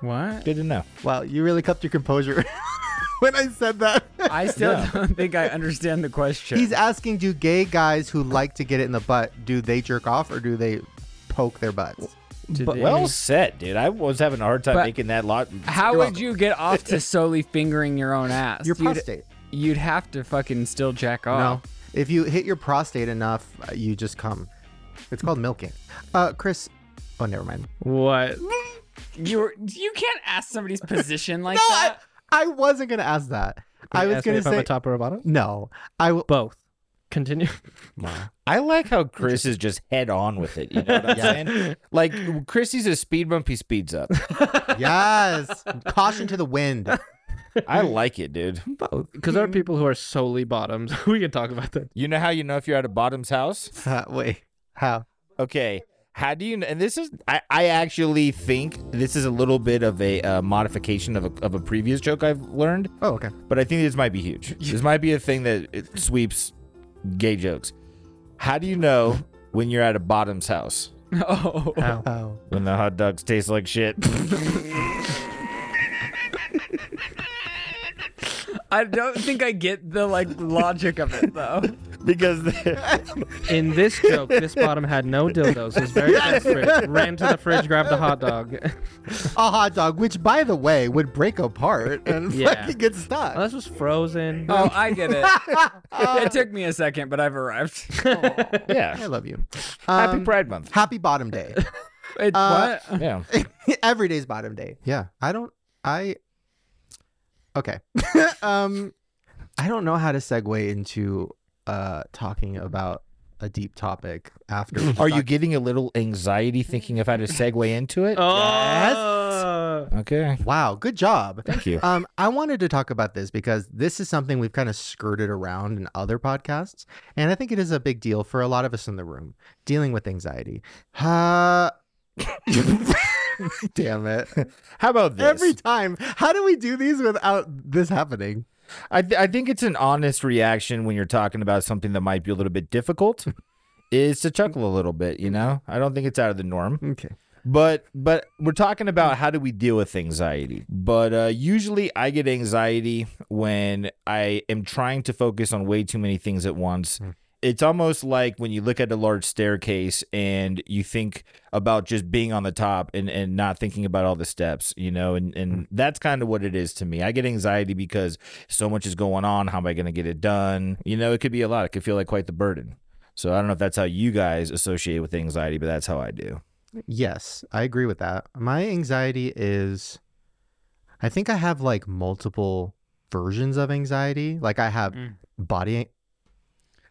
D: What?
A: good to know.
B: Wow, you really kept your composure when I said that.
D: I still don't think I understand the question.
B: He's asking do gay guys who like to get it in the butt, do they jerk off or do they poke their butts?
D: Do they-
A: Well said, dude. I was having a hard time
D: But-
A: making that lot.
D: how would you get off to solely fingering your own ass?
B: Your
D: You'd-
B: prostate.
D: You'd, have to fucking still jack
B: No.
D: off.
B: If you hit your prostate enough, uh, you just come. It's called milking. Uh, Chris. Oh, never mind.
E: What?
D: You you can't ask somebody's position like
B: No, I,
D: that.
B: I wasn't gonna ask that. I was gonna
E: if I'm
B: say
E: a top or a bottom.
B: no. I w-
E: Both. Continue.
A: I like how Chris is just head on with it. You know what I'm saying? Like Chrissy's a speed bump, he speeds up.
B: yes. Caution to the wind.
A: I like it, dude.
E: Both. Because
B: Hmm.
E: there are people who are solely bottoms. we can talk about that.
A: You know how you know if you're at a bottom's house?
B: Uh, wait. How?
A: Okay. How do you know? And this is, I, I actually think this is a little bit of a uh, modification of a, of a previous joke I've learned,
B: Oh, okay.
A: but I think this might be huge. This might be a thing that it sweeps gay jokes. How do you know when you're at a bottom's house?
D: Oh.
B: Oh.
A: When the hot dogs taste like shit.
D: I don't think I get the like logic of it though.
J: because
E: In this joke, this bottom had no dildos. Was very desperate. Ran to the fridge, grabbed a hot dog.
B: a hot dog, which by the way would break apart and
E: Yeah.
B: fucking get stuck.
E: Oh, this was frozen.
D: Oh, I get it. it took me a second, but I've arrived.
B: I
J: yeah,
B: love you.
J: happy
B: Um,
J: Pride Month.
B: Happy Bottom Day.
D: It,
B: Uh,
D: what?
J: Yeah,
B: Every day's Bottom Day. Yeah, I don't. I. Okay. um, I don't know how to segue into uh talking about a deep topic after. we
A: Are you
B: talked-
A: getting a little anxiety thinking of how to segue into it?
E: Oh.
A: Okay. Uh,
B: Wow, good job.
A: Thank you.
B: Um, I wanted to talk about this because this is something we've kind of skirted around in other podcasts, and I think it is a big deal for a lot of us in the room dealing with anxiety. Uh, damn it!
J: How about this?
B: Every time, how do we do these without this happening?
A: I, th- I think it's an honest reaction when you're talking about something that might be a little bit difficult is to chuckle a little bit, you know? I don't think it's out of the norm.
B: Okay.
A: But but we're talking about how do we deal with anxiety. But uh, usually I get anxiety when I am trying to focus on way too many things at once. It's almost like when you look at a large staircase and you think about just being on the top and, and not thinking about all the steps, you know, and, and that's kind of what it is to me. I get anxiety because so much is going on. How am I going to get it done? You know, it could be a lot. It could feel like quite the burden. So I don't know if that's how you guys associate with anxiety, but that's how I do.
B: Yes, I agree with that. My anxiety is I think I have like multiple versions of anxiety. Like I have
D: Mm.
B: body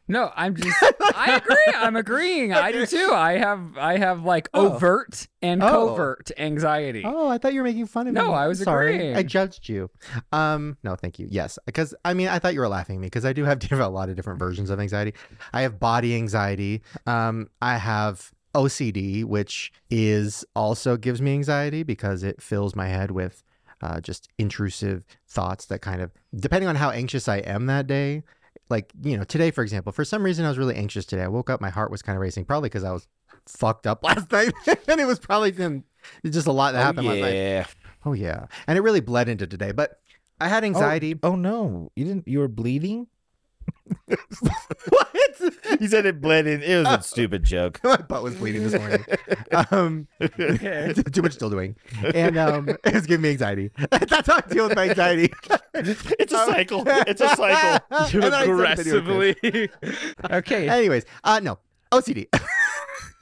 D: No, I'm just. I agree. I'm agreeing. I do too. I have. I have like
B: Oh.
D: overt and
B: Oh.
D: covert anxiety.
B: Oh, I thought you were making fun of me.
D: No, I was
B: Sorry. I
D: agreeing.
B: judged you. Um, no, thank you. Yes, because I mean, I thought you were laughing at me because I do have different- a lot of different versions of anxiety. I have body anxiety. Um, I have OCD, which is also gives me anxiety because it fills my head with uh, just intrusive thoughts that kind of, depending on how anxious I am that day. Like you know, today for example, for some reason I was really anxious today. I woke up, my heart was kind of racing, probably because I was fucked up last night, and it was probably then- it's just a lot that happened last night.
A: yeah.
B: Oh yeah, and it really bled into today. But I had anxiety.
A: Oh, no, you didn't. You were bleeding.
B: what?
A: You said it bled in. It was a stupid joke.
B: My butt was bleeding this morning. Um, too much still doing, and um, it was giving me anxiety. That's how I deal with my anxiety.
J: It's a cycle. It's a cycle.
B: And then I sent a video to Chris.
E: okay.
B: Anyways, uh, no OCD.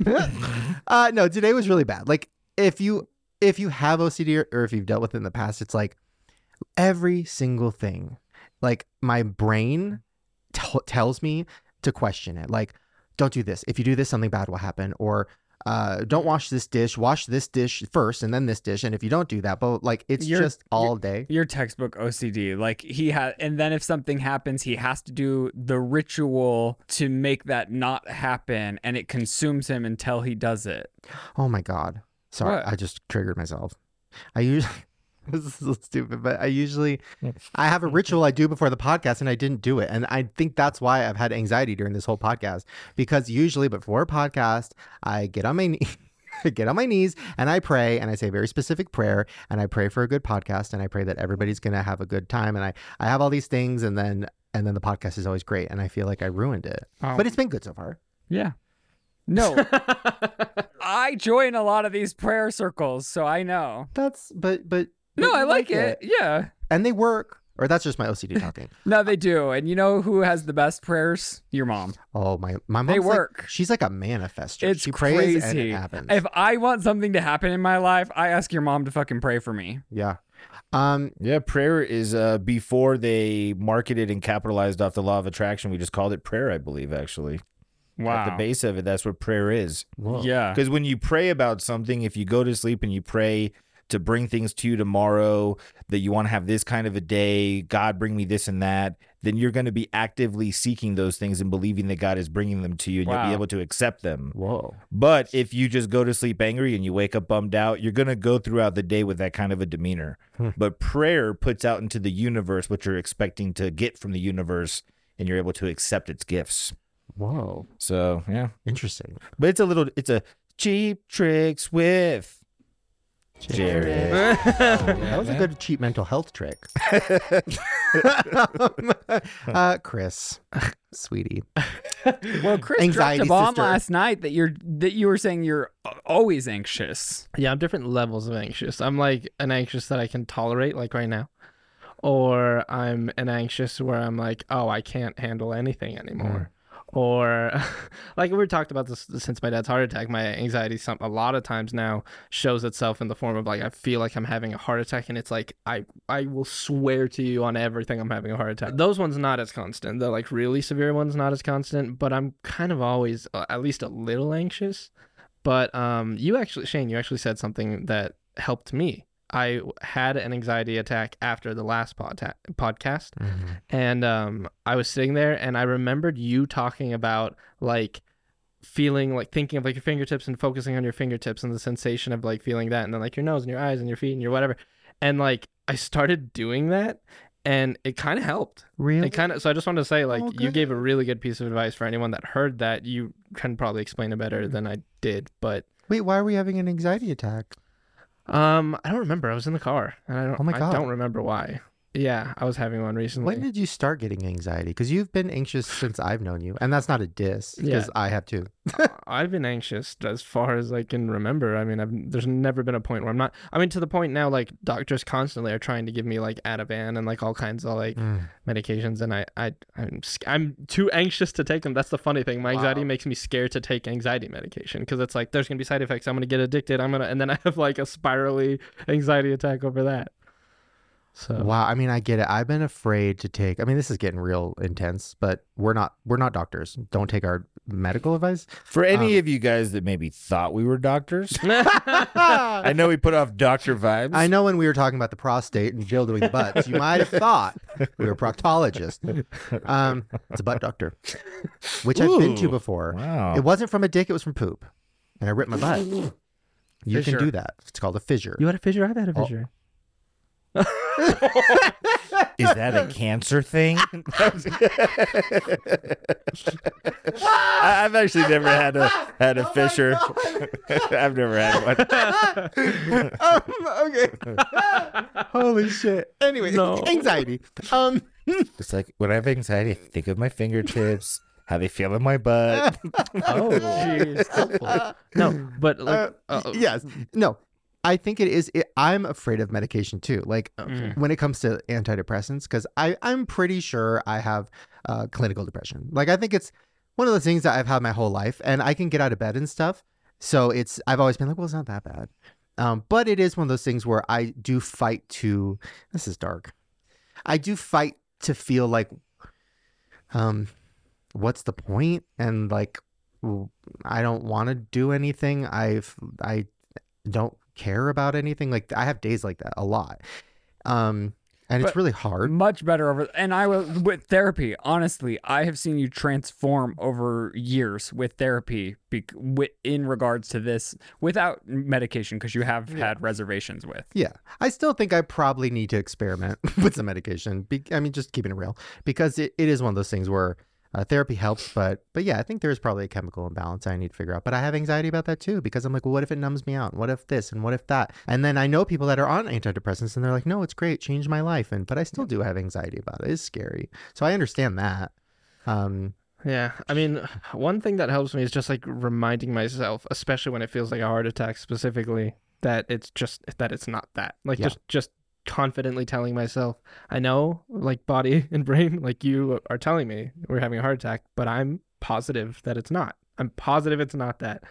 B: uh, no, today was really bad. Like if you if you have OCD or, or if you've dealt with it in the past, it's like every single thing. Like my brain t- tells me to question it. Like, don't do this. If you do this, something bad will happen. Or uh, don't wash this dish. Wash this dish first, and then this dish. And if you don't do that, but like it's
D: You're-
B: just all day.
D: Your textbook OCD. Like he had, and then if something happens, he has to do the ritual to make that not happen, and it consumes him until he does it.
B: Oh my god. Sorry,
D: What?
B: I just triggered myself. I usually this is so stupid, but I usually I have a ritual I do before the podcast and I didn't do it. And I think that's why I've had anxiety during this whole podcast. Because usually before a podcast, I get on my knee I get on my knees and I pray and I say a very specific prayer and I pray for a good podcast and I pray that everybody's gonna have a good time and I, I have all these things and then and then the podcast is always great and I feel like I ruined it.
D: Oh.
B: But it's been good so far.
D: Yeah. No. I join a lot of these prayer circles, so I know.
B: That's but but
D: No,
B: but
D: I
B: you
D: like it. Yeah.
B: and they work. Or that's just my OCD talking.
D: No, they do. And you know who has the best prayers? Your mom.
B: Oh my, my mom's
D: They
B: like-
D: work.
B: she's like a manifester.
D: It's
B: she prays and
D: crazy.
B: it happens.
D: If I want something to happen in my life, I ask your mom to fucking pray for me.
B: yeah. Um.
A: Yeah, prayer is uh, before they marketed and capitalized off the law of attraction. We just called it prayer, I believe, actually. At the
D: Wow.
A: base of it, that's what prayer is.
D: Yeah.
A: Because when you pray about something, if you go to sleep and you pray to bring things to you tomorrow, that you want to have this kind of a day, God bring me this and that, then you're going to be actively seeking those things and believing that God is bringing them to you and you'll
D: Wow.
A: be able to accept them.
J: Whoa.
A: But if you just go to sleep angry and you wake up bummed out, you're going to go throughout the day with that kind of a demeanor.
D: Hmm.
A: But prayer puts out into the universe what you're expecting to get from the universe and you're able to accept its gifts.
J: Whoa.
A: So, yeah.
B: Interesting.
A: But it's a little, it's a cheap tricks with
B: Jared.
E: Um.
B: that was a good cheap mental health trick. uh, Chris, sweetie.
D: Well, Chris
B: Anxiety
D: dropped a bomb
B: sister.
D: last night that you're that you were saying you're always anxious.
E: Yeah, I'm different levels of anxious. I'm like an anxious that I can tolerate, like right now, or I'm an anxious where I'm like, oh, I can't handle anything anymore. Or, like we talked about this since my dad's heart attack, my anxiety some a lot of times now shows itself in the form of like I feel like I'm having a heart attack, and it's like I I will swear to you on everything I'm having a heart attack. Those ones not as constant. The like really severe ones not as constant, but I'm kind of always uh, at least a little anxious. But um, you actually, Shane, you actually said something that helped me. I had an anxiety attack after the last podta- podcast, and um, I was sitting there, and I remembered you talking about like feeling like thinking of like your fingertips and focusing on your fingertips and the sensation of like feeling that and then like your nose and your eyes and your feet and your whatever and like i started doing that and it kind of helped
B: Really?
E: it kind of so i just wanted to say like you gave a really good piece of advice for anyone that heard that you can probably explain it better than i did but
B: Wait, why are we having an anxiety attack?
E: um i don't remember i was in the car and i don't
B: Oh my God.
E: i don't remember why yeah i was having one recently
B: When did you start getting anxiety? Because you've been anxious since I've known you, and that's not a diss because
E: Yeah.
B: I have too.
E: I've been anxious as far as I can remember. I mean, I've, there's never been a point where I'm not. I mean, to the point now, like doctors constantly are trying to give me like Ativan and like all kinds of like
B: Mm.
E: medications, and I, I, I'm, sc- I'm too anxious to take them. That's the funny thing. My anxiety makes me scared to take anxiety medication because it's like there's gonna be side effects. I'm gonna get addicted. I'm gonna, and then I have like a spirally anxiety attack over that. So
B: Wow, I mean, I get it. I've been afraid to take. I mean, this is getting real intense, but we're not we're not doctors. Don't take our medical advice.
A: For any
B: Um,
A: of you guys that maybe thought we were doctors,
E: Ah!
A: I know we put off doctor vibes.
B: I know when we were talking about the prostate and Jill doing butts, you might have thought we were proctologists. Um, it's a butt doctor, which I've been to
A: Ooh,
B: before.
A: wow.
B: It wasn't from a dick; it was from poop, and I ripped my butt. You can do
E: Fissure.
B: that. It's called a fissure.
E: you had a fissure. I've had a fissure.
A: Is that a cancer thing? I- I've actually never had a
B: Oh
A: had a fissure. I've never had one.
B: okay. Holy shit. Anyway, anxiety. Um,
A: It's like when I have anxiety, I think of my fingertips, how they feel in my butt.
E: Oh, jeez. Helpful. no, but like, uh,
B: yes. No. I think it is. It, I'm afraid of medication too. Like uh,
E: Mm.
B: when it comes to antidepressants, because I I'm pretty sure I have uh, clinical depression. Like I think it's one of those things that I've had my whole life, and I can get out of bed and stuff. So it's I've always been like, well, it's not that bad. Um, but it is one of those things where I do fight to. This is dark. I do fight to feel like, um, what's the point? And like, w- I don't want to do anything. I've I don't care about anything. Like I have days like that a lot. Um, and it's really hard.
D: Much better over, and I was with therapy. Honestly, I have seen you transform over years with therapy, be, wi- in regards to this, without medication because you have had reservations with.
B: Yeah, I still think I probably need to experiment with some medication. Be- I mean, just keeping it real because it, it is one of those things where uh, therapy helps, but but yeah, I think there is probably a chemical imbalance I need to figure out. But I have anxiety about that too because I'm like, well, what if it numbs me out? What if this and what if that? And then I know people that are on antidepressants and they're like, no, it's great, changed my life, and but I still do have anxiety about it. It's scary, so I understand that. Um,
E: Yeah, I mean, one thing that helps me is just like reminding myself, especially when it feels like a heart attack specifically, that it's just that it's not that. Like
B: Yeah.
E: just just confidently telling myself, I know, like body and brain, like you are telling me we're having a heart attack, but I'm positive that it's not. I'm positive it's not that.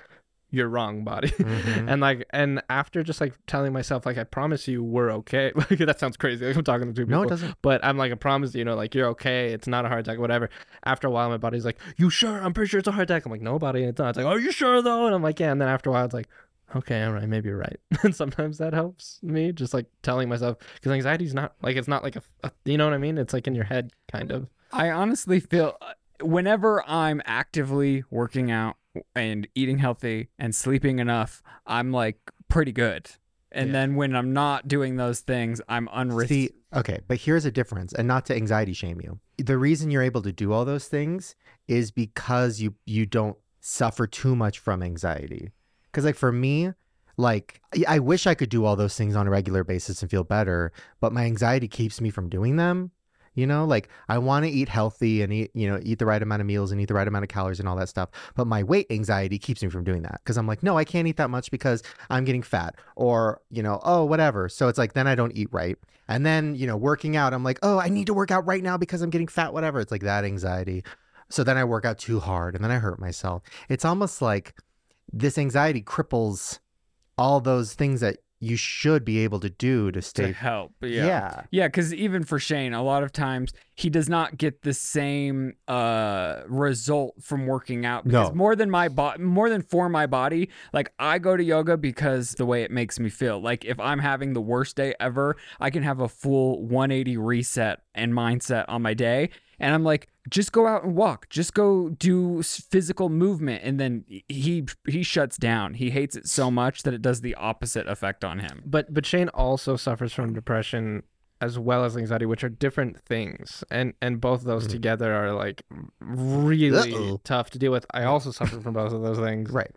E: You're wrong, body.
B: Mm-hmm.
E: and like, and after just like telling myself, like, I promise you, we're okay. Like that sounds crazy. Like I'm talking to two people.
B: No, it doesn't.
E: But I'm like, I promise you, you know, like you're okay. It's not a heart attack, whatever. After a while, my body's like, you sure? I'm pretty sure it's a heart attack. I'm like, no, body, it's not. It's like, are you sure though? And I'm like, yeah. And then after a while, it's like, okay, all right, maybe you're right. and sometimes that helps me, just like telling myself, because anxiety's not like it's not like a, a, you know what I mean? It's like in your head, kind of.
D: I honestly feel uh, whenever I'm actively working out and eating healthy and sleeping enough, I'm like pretty good. And then when I'm not doing those things, I'm unrisked.
B: See, okay, but here's a difference, and not to anxiety shame you. The reason you're able to do all those things is because you you don't suffer too much from anxiety. Because like for me, Like, I- I wish I could do all those things on a regular basis and feel better, but my anxiety keeps me from doing them. You know, like I want to eat healthy and eat, you know, eat the right amount of meals and eat the right amount of calories and all that stuff. But my weight anxiety keeps me from doing that because I'm like, no, I can't eat that much because I'm getting fat or, you know, oh, whatever. So it's like, then I don't eat right. And then, you know, working out, I'm like, oh, I need to work out right now because I'm getting fat, whatever. It's like that anxiety. So then I work out too hard and then I hurt myself. It's almost like this anxiety cripples all those things that you should be able to do to stay
D: to help. Yeah.
B: Yeah.
D: Yeah, cuz even for Shane, a lot of times he does not get the same uh result from working out because
B: No.
D: more than my body more than for my body, like I go to yoga because the way it makes me feel. Like if I'm having the worst day ever, I can have a full 180 reset and mindset on my day and I'm like just go out and walk. Just go do s- physical movement and then he he shuts down. He hates it so much that it does the opposite effect on him.
E: But but Shane also suffers from depression as well as anxiety, which are different things, and and both of those together are like really
B: Mm-hmm. Uh-oh.
E: tough to deal with. I also suffer from both of those things.
B: Right.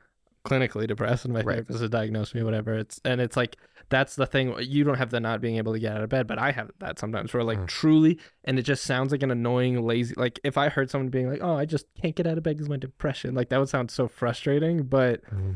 E: Clinically depressed, and my
B: Right.
E: therapist has diagnosed me, whatever. It's and it's like that's the thing. You don't have the not being able to get out of bed, but I have that sometimes. Where
A: Hmm.
E: like truly, and it just sounds like an annoying, lazy. Like if I heard someone being like, "Oh, I just can't get out of bed because my depression," like that would sound so frustrating. But
A: Hmm.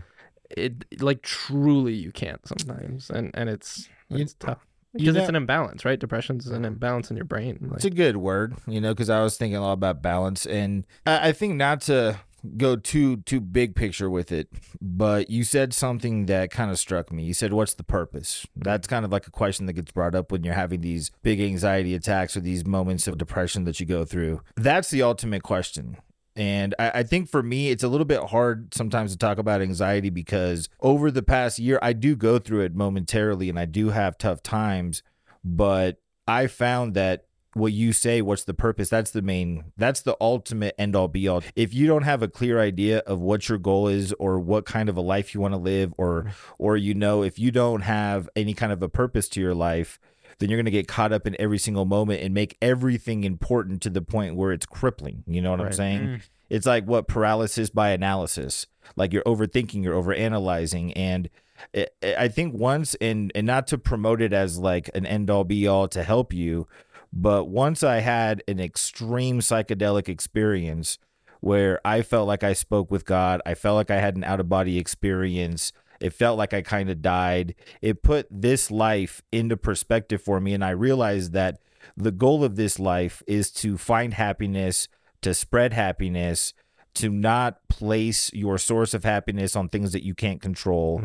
E: it like truly you can't sometimes and and it's it's tough because
A: you know-
E: it's an imbalance right depression's an imbalance in your brain like,
A: It's a good word, you know, because I was thinking a lot about balance, and I, I think not to go too too big picture with it, but you said something that kind of struck me. You said, "What's the purpose?" That's kind of like a question that gets brought up when you're having these big anxiety attacks or these moments of depression that you go through. That's the ultimate question. And I, I think for me, it's a little bit hard sometimes to talk about anxiety because over the past year, I do go through it momentarily and I do have tough times. But I found that what you say, what's the purpose? That's the main, that's the ultimate end all be all. If you don't have a clear idea of what your goal is or what kind of a life you want to live, or, or, you know, if you don't have any kind of a purpose to your life, then you're going to get caught up in every single moment and make everything important to the point where it's crippling. You know what I'm
B: Right.
A: saying? It's like what paralysis by analysis. Like you're overthinking, you're overanalyzing, and I I think once and and not to promote it as like an end all be all to help you, but once I had an extreme psychedelic experience where I felt like I spoke with God, I felt like I had an out of body experience. It felt like I kind of died. It put this life into perspective for me, and I realized that the goal of this life is to find happiness, to spread happiness, to not place your source of happiness on things that you can't control.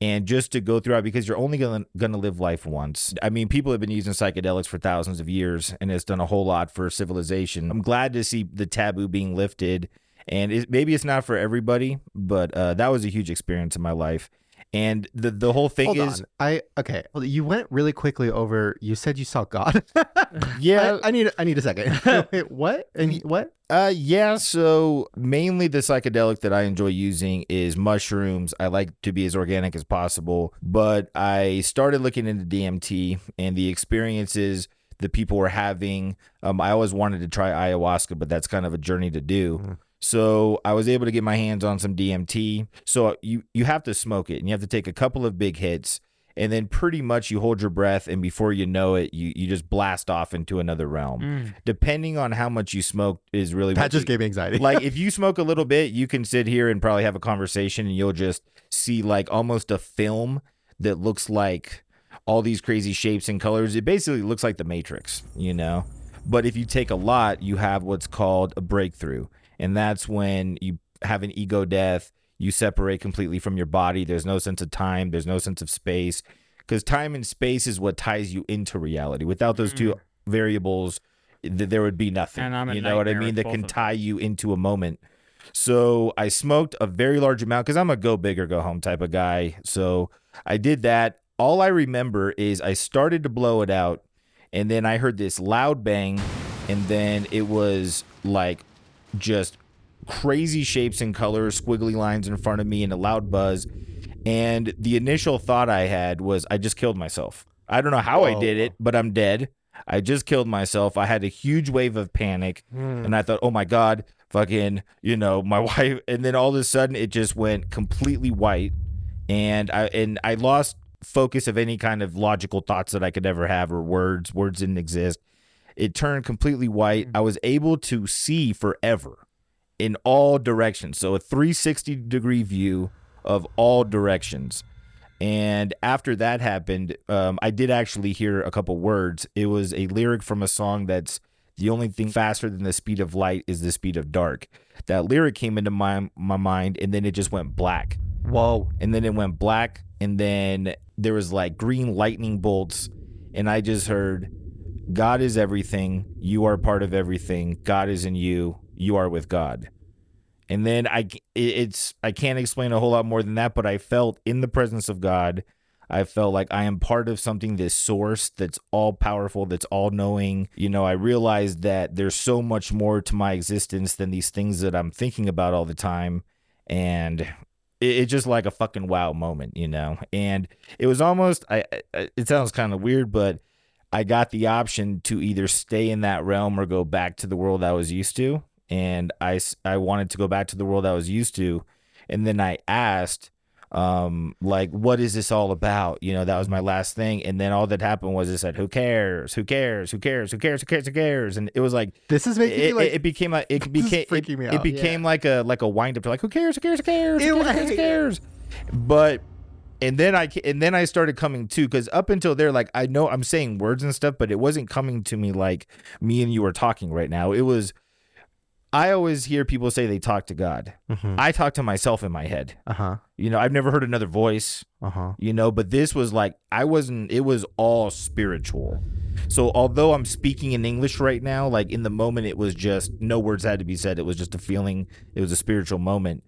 A: And just to go throughout because you're only gonna gonna live life once. I mean, people have been using psychedelics for thousands of years, and it's done a whole lot for civilization. I'm glad to see the taboo being lifted, and it, maybe it's not for everybody, but uh, that was a huge experience in my life. And the the whole thing
B: Hold
A: is,
B: on. I okay. Well, you went really quickly over. You said you saw God.
A: yeah,
B: I need. I need a second. Wait, what? And he- what?
A: Uh, yeah. So mainly the psychedelic that I enjoy using is mushrooms. I like to be as organic as possible, but I started looking into DMT and the experiences that people were having. Um, I always wanted to try ayahuasca, but that's kind of a journey to do. So I was able to get my hands on some DMT. So you you have to smoke it, and you have to take a couple of big hits and then pretty much you hold your breath and before you know it you, you just blast off into another realm depending on how much you smoke is really
B: That
A: what
B: just
A: you-
B: gave me anxiety.
A: like if you smoke a little bit you can sit here and probably have a conversation and you'll just see like almost a film that looks like all these crazy shapes and colors it basically looks like the matrix you know but if you take a lot you have what's called a breakthrough and that's when you have an ego death you separate completely from your body there's no sense of time there's no sense of space because time and space is what ties you into reality without those two variables th- there would be nothing
D: Mm. And I'm a
A: you know what i
D: nightmare
A: mean
D: with
A: that
D: both
A: can
D: of them.
A: tie you into a moment so I smoked a very large amount because I'm a go big or go home type of guy. So I did that. All I remember is I started to blow it out, and then I heard this loud bang, and then it was like just crazy shapes and colors, squiggly lines in front of me, and a loud buzz. And the initial thought I had was, I just killed myself. I don't know how I did it, but I'm dead. I just killed myself. I had a huge wave of panic, and I thought, oh my god, fucking, you know, my wife. And then all of a sudden, it just went completely white, and I and I lost focus of any kind of logical thoughts that I could ever have or words. Words didn't exist. It turned completely white. I was able to see forever in all directions. So a 360 degree view of all directions. And after that happened, um, I did actually hear a couple words. It was a lyric from a song that's the only thing faster than the speed of light is the speed of dark. That lyric came into my my mind, and then it just went black.
B: Whoa!
A: And then it went black, and then there was like green lightning bolts, and I just heard, "God is everything. You are part of everything. God is in you. You are with God." And then I c- it- it's I can't explain a whole lot more than that, but I felt in the presence of God. I felt like I am part of something this source that's all powerful, that's all knowing. You know, I realized that there's so much more to my existence than these things that I'm thinking about all the time and it, it's just like a fucking wow moment, you know. And it was almost I, I it sounds kind of weird, but I got the option to either stay in that realm or go back to the world I was used to, and I s- I wanted to go back to the world I was used to, and then I asked um like what is this all about you know that was my last thing and then all that happened was it said who cares who cares who cares who cares who cares who cares and it was like
B: this is making
A: it,
B: me,
A: it-
B: like-
A: it became a it became
B: freaking me out.
A: it, it became like a like a wind up to like who cares who cares who cares who
B: Ew, I
A: cares, who cares, who
B: hate it.
A: cares? but and then I ca- and then I started coming to because up until there, like I know I'm saying words and stuff, but it wasn't coming to me like me and you are talking right now. It was I always hear people say they talk to God.
B: Mm-hmm.
A: I talk to myself in my head.
B: Uh huh.
A: You know, I've never heard another voice.
B: Uh-huh.
A: You know, but this was like I wasn't it was all spiritual. So although I'm speaking in English right now, like in the moment it was just no words had to be said. It was just a feeling. It was a spiritual moment.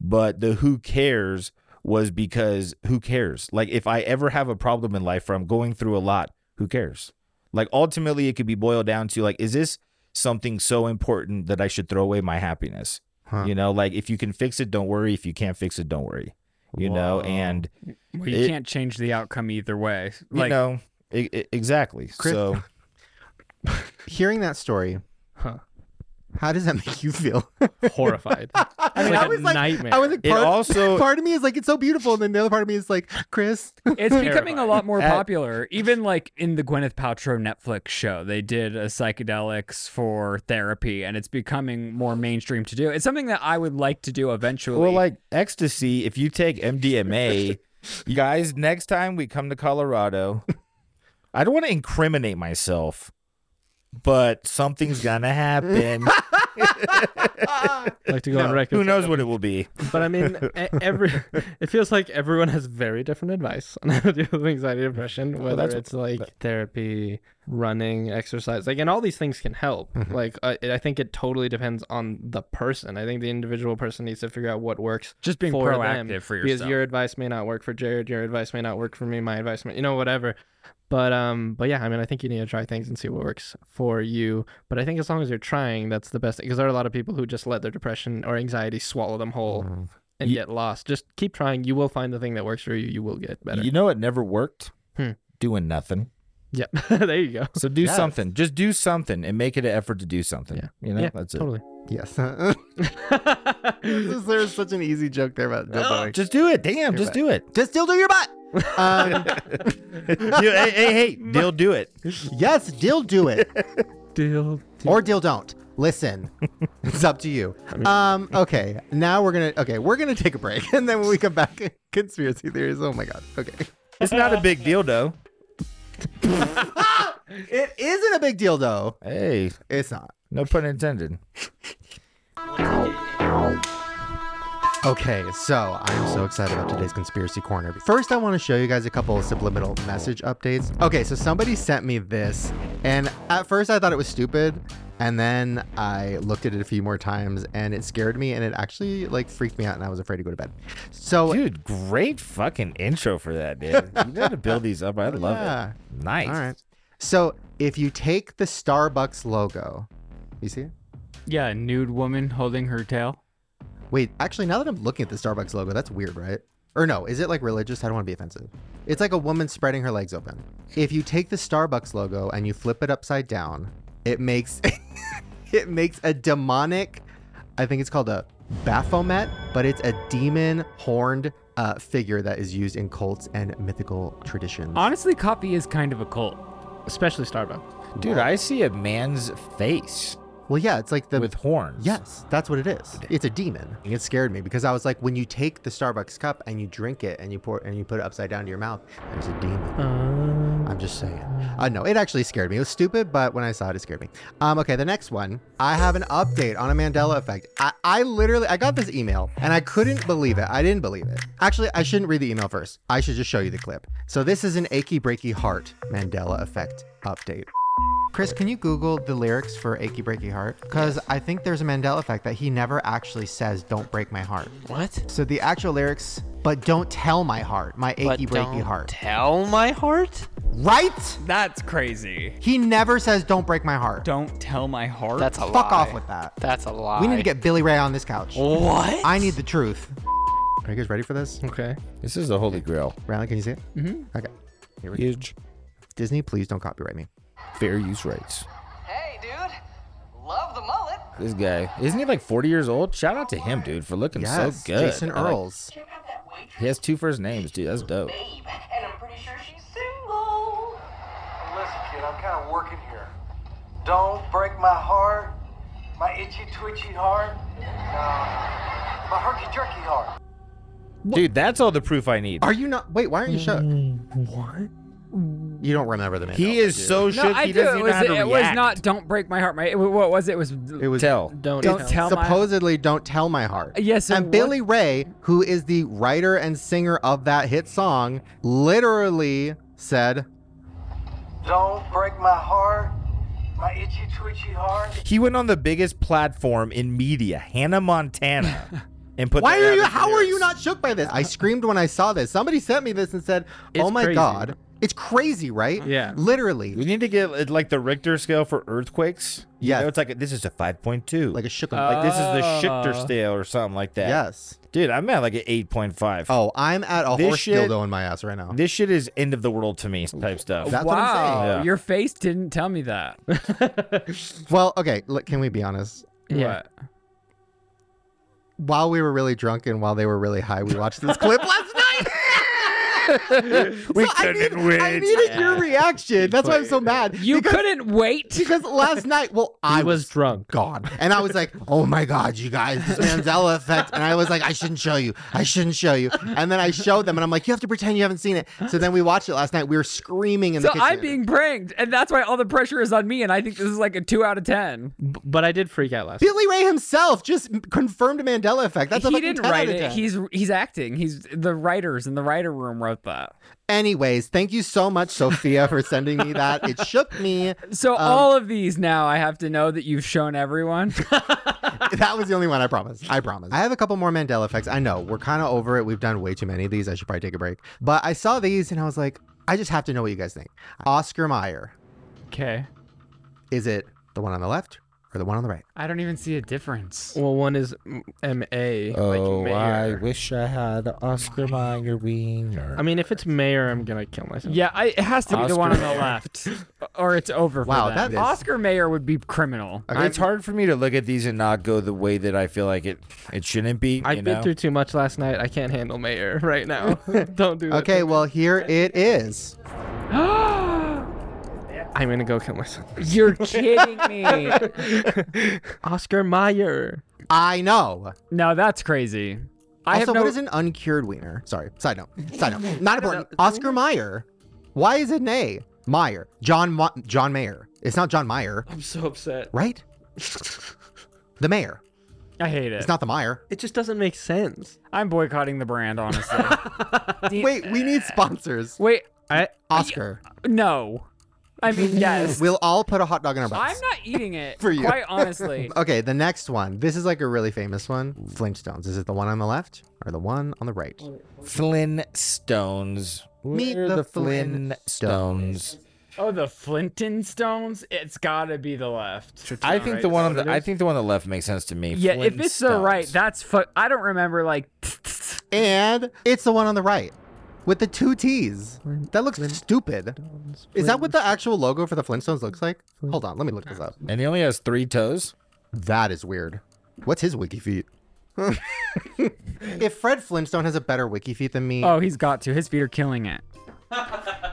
A: But the who cares was because who cares? Like if I ever have a problem in life or I'm going through a lot, who cares? Like ultimately it could be boiled down to like is this something so important that I should throw away my happiness? You know, like if you can fix it, don't worry. If you can't fix it, don't worry. You know, and
D: Well, you
A: it-
D: can't change the outcome either way.
A: you
D: Like,
A: know e- e- exactly.
B: Chris-
A: so
B: Hearing that story,
E: Huh.
B: how does that make you feel?
E: Horrified.
B: I mean,
E: like
B: I
E: a
B: was like,
E: nightmare.
B: I was like,
A: It
B: part,
A: also-
B: part of me is like, it's so beautiful, and then the other part of me is like, Chris,
D: it's becoming a lot more
A: At-
D: popular. Even like in the Gwyneth Paltrow Netflix show, they did a psychedelics for therapy, and it's becoming more mainstream to do. It's something that I would like to do eventually.
A: well, like ecstasy. If you take MDMA, you guys, next time we come to Colorado, I don't want to incriminate myself, but something's gonna happen.
E: like to go on record.
A: Who knows what it will be?
E: But I mean, e- every it feels like everyone has very different advice on how to deal with anxiety, depression. Whether
A: that's-
E: it's like therapy, running, exercise, like, and all these things can help. Like, I I think it totally depends on the person. I think the individual person needs to figure out what works.
D: Just being
E: for them,
D: proactive for
E: Because
D: yourself.
E: your advice may not work for Jared. Your advice may not work for me. My advice, may, you know, whatever. But um, but yeah, I mean, I think you need to try things and see what works for you. But I think as long as you're trying, that's the best. Because there are a lot of people who just let their depression or anxiety swallow them whole
D: Mm-hmm.
E: and get lost. Just keep trying. You will find the thing that works for you. You will get better.
A: You know, it never worked.
E: Hmm.
A: Doing nothing.
E: yeah, there you go.
A: So do
B: Yes.
A: something. Just do something and make it an effort to do something.
E: Yeah.
A: You know,
E: yeah,
A: that's it.
E: totally.
B: yes. There's such an easy joke there about dildo
A: Oh,
B: bag.
A: just do it. Damn,
B: You're
A: just
B: right.
A: do it.
B: just dildo your butt. Um,
A: You- hey, hey, hey, Dill, do it.
B: yes, dill do it.
E: Deal.
B: or deal don't. Listen, it's up to you. Um, okay, now we're gonna okay, we're gonna take a break, and then when we come back, conspiracy theories. Oh my god. Okay,
A: It's not a big deal, though.
B: it isn't a big deal though.
A: Hey,
B: It's not.
A: no pun intended.
B: Okay, so I am so excited about today's conspiracy corner. First, I want to show you guys a couple of subliminal message updates. Okay, so somebody sent me this, and at first I thought it was stupid, and then I looked at it a few more times, and it scared me, and it actually like freaked me out, and I was afraid to go to bed. So
A: Dude, great fucking intro for that, dude. You gotta build these up. I love
B: Yeah.
A: it. Nice.
B: All right. So if you take the Starbucks logo, you see it?
D: yeah, nude woman holding her tail.
B: Wait, actually, now that I'm looking at the Starbucks logo, that's weird, right? Or no, is it like religious? I don't want to be offensive. It's like a woman spreading her legs open. If you take the Starbucks logo and you flip it upside down, it makes it makes a demonic. I think it's called a Baphomet, but it's a demon horned uh, figure that is used in cults and mythical traditions.
D: Honestly, coffee is kind of a cult,
E: especially Starbucks.
K: Dude, I see a man's face.
B: Well, yeah, it's like the
K: with horns.
B: Yes, that's what it is. It's a demon. It scared me because I was like, when you take the Starbucks cup and you drink it and you pour and you put it upside down to your mouth, there's a demon. I'm just saying. Uh, no, it actually scared me. It was stupid, but when I saw it, it scared me. Um, okay, the next one. I have an update on a Mandela effect. I, I literally I got this email and I couldn't believe it. I didn't believe it. Actually, I shouldn't read the email first. I should just show you the clip. So this is an achy breaky heart Mandela effect update. Chris, can you Google the lyrics for Achy Breaky Heart? Because I think there's a Mandela effect that he never actually says, Don't break my heart.
E: What?
B: So the actual lyrics, but don't tell my heart, my achy breaky heart.
E: Tell my heart?
B: Right?
D: That's crazy.
B: He never says, Don't break my heart.
D: Don't tell my heart.
E: That's a
B: Fuck
E: lie.
B: off with that.
E: That's a lie. Oh.
B: We need to get Billy Ray on this couch.
E: What?
B: I need the truth. Are you guys ready for this?
E: Okay.
K: This is the holy grail.
B: Riley, can you see it? Mm-hmm. Okay. Here we go.
K: Huge.
B: Disney, please don't copyright me.
K: Fair use rights.
L: Hey, dude. Love the mullet.
K: This guy isn't he like 40 years old? Shout out to him, dude, for looking
B: Yes,
K: so good.
B: Jason
K: I like-
B: Earls.
K: he has two first names, dude. That's dope.
L: Babe, and I'm pretty sure she's single.
M: Listen, kid, I'm kind of working here. Don't break my heart, my itchy twitchy heart, uh, my herky jerky heart.
K: Dude, that's all the proof I need.
B: Are you not? Wait, why aren't you shook?
E: What?
B: You don't remember the Mandela.
K: He is
B: dude.
K: so shook.
D: I
K: he
D: do.
K: doesn't
D: It
K: even
D: was,
K: know how to
D: it
K: react.
D: was not. Don't break my heart. My what was it? It was.
B: It was
K: tell.
E: Don't,
D: Don't tell my-
B: supposedly don't tell my heart.
D: Yes,
B: and
D: what-
B: Billy Ray, who is the writer and singer of that hit song, literally said,
M: Don't break my heart, my itchy twitchy heart.
K: He went on the biggest platform in media, Hannah Montana, and put.
B: "Why
K: that
B: are you?
K: out
B: How are you
K: as
B: not shook by this?" I screamed when I saw this. Somebody sent me this and said, "Oh
E: It's
B: my
E: crazy.
B: god, it's crazy, right?"
E: Yeah.
B: literally,
K: We need to get uh, like the Richter scale for earthquakes. You
B: Yes.
K: know, it's like this is a five point two.
B: like a shook.
K: Like this is the Schichter
D: Oh.
K: scale or something like that.
B: yes.
K: Dude, I'm at like an eight point five.
B: Oh, I'm at a
K: This
B: horse
K: shit-
B: dildo in my ass right now.
K: This shit is end of the world to me type stuff.
B: That's
D: wow,
B: what I'm saying.
K: Yeah.
D: your face didn't tell me that.
B: Well, okay. Look, can we be honest?
E: Yeah.
D: What?
B: While we were really drunk and while they were really high, we watched this clip last night.
K: we
B: I
K: couldn't
B: need-
K: win.
B: I needed your reaction. That's why I'm so mad.
D: You
B: because,
D: couldn't wait.
B: because last night, well, I
E: I was drunk.
B: gone, and I was like, "Oh my god, you guys, this Mandela effect," and I was like, "I shouldn't show you. I shouldn't show you." And then I showed them, and I'm like, "You have to pretend you haven't seen it." So then we watched it last night. We were screaming in
D: So
B: the kitchen.
D: I'm being pranked, and that's why all the pressure is on me. And I think this is like a two out of ten.
E: B- But I did freak out last.
B: Billy Ray himself just confirmed a Mandela effect. That's a
D: he
B: fucking
D: didn't
B: 10 out
D: write
B: of
D: it.
B: 10.
D: He's he's acting. He's the writers in the writer room wrote that.
B: Anyways, thank you so much, Sophia, for sending me that. It shook me.
D: So all of these now, I have to know that you've shown everyone.
B: That was the only one I promise. I promise. I have a couple more Mandela effects. I know we're kind of over it. We've done way too many of these. I should probably take a break. But I saw these and I was like, I just have to know what you guys think. Oscar Mayer.
D: okay,
B: Is it the one on the left or the one on the right?
D: I don't even see a difference.
E: Well, one is M A.
K: Oh,
E: like
K: I
E: mayor.
K: wish I had Oscar Mayer wiener.
E: I mean, if it's mayor, I'm gonna kill myself.
D: Yeah, I, it has to be the
K: Oscar
D: one on the
K: Mayer.
D: left, or it's over. For
B: Wow,
D: them.
B: that is-
D: Oscar Mayer would be criminal.
K: it's hard for me to look at these and not go the way that I feel like it it shouldn't be.
E: I've
K: you
E: been
K: know?
E: through too much last night. I can't handle mayor right now. Don't
D: Uh,
E: do that.
B: Okay, well, here it is.
E: I'm gonna go kill myself.
D: You're kidding me.
E: Oscar Mayer.
B: I know.
D: No, that's crazy. I
B: also,
D: have no.
B: what is an uncured wiener? Sorry, side note. Side note. Not important. Oscar Mayer. Why is it an A? Meyer. John Ma- John Mayer. It's not John Mayer,
E: I'm so upset.
B: right? the mayor.
D: I hate it.
B: It's not the Meyer.
E: It just doesn't make sense.
D: I'm boycotting the brand, honestly. Do you-
B: Wait, we need sponsors.
D: wait,
E: I
B: Oscar.
D: no. I mean, yes.
B: We'll all put a hot dog in our
D: I'm
B: butts.
D: not eating it.
B: For you.
D: Quite honestly.
B: Okay, the next one. This is like a really famous one. Flintstones. Is it the one on the left or the one on the right?
K: Flintstones.
B: Meet
K: We're
B: the
K: Flintstones.
D: Oh, the Flinton Stones? It's gotta be the left.
K: I think the one on the I think the one on the left makes sense to me.
D: Yeah, if it's the right,
K: Flintstones.
D: that's fu- I don't remember like
B: And it's the one on the right with the two T's. That looks stupid. Is that what the actual logo for the Flintstones looks like? Hold on, let me look this up.
K: and he only has three toes.
B: That is weird. What's his wiki feet? if Fred Flintstone has a better wiki feet than me,
D: Oh, he's got to. His feet are killing it.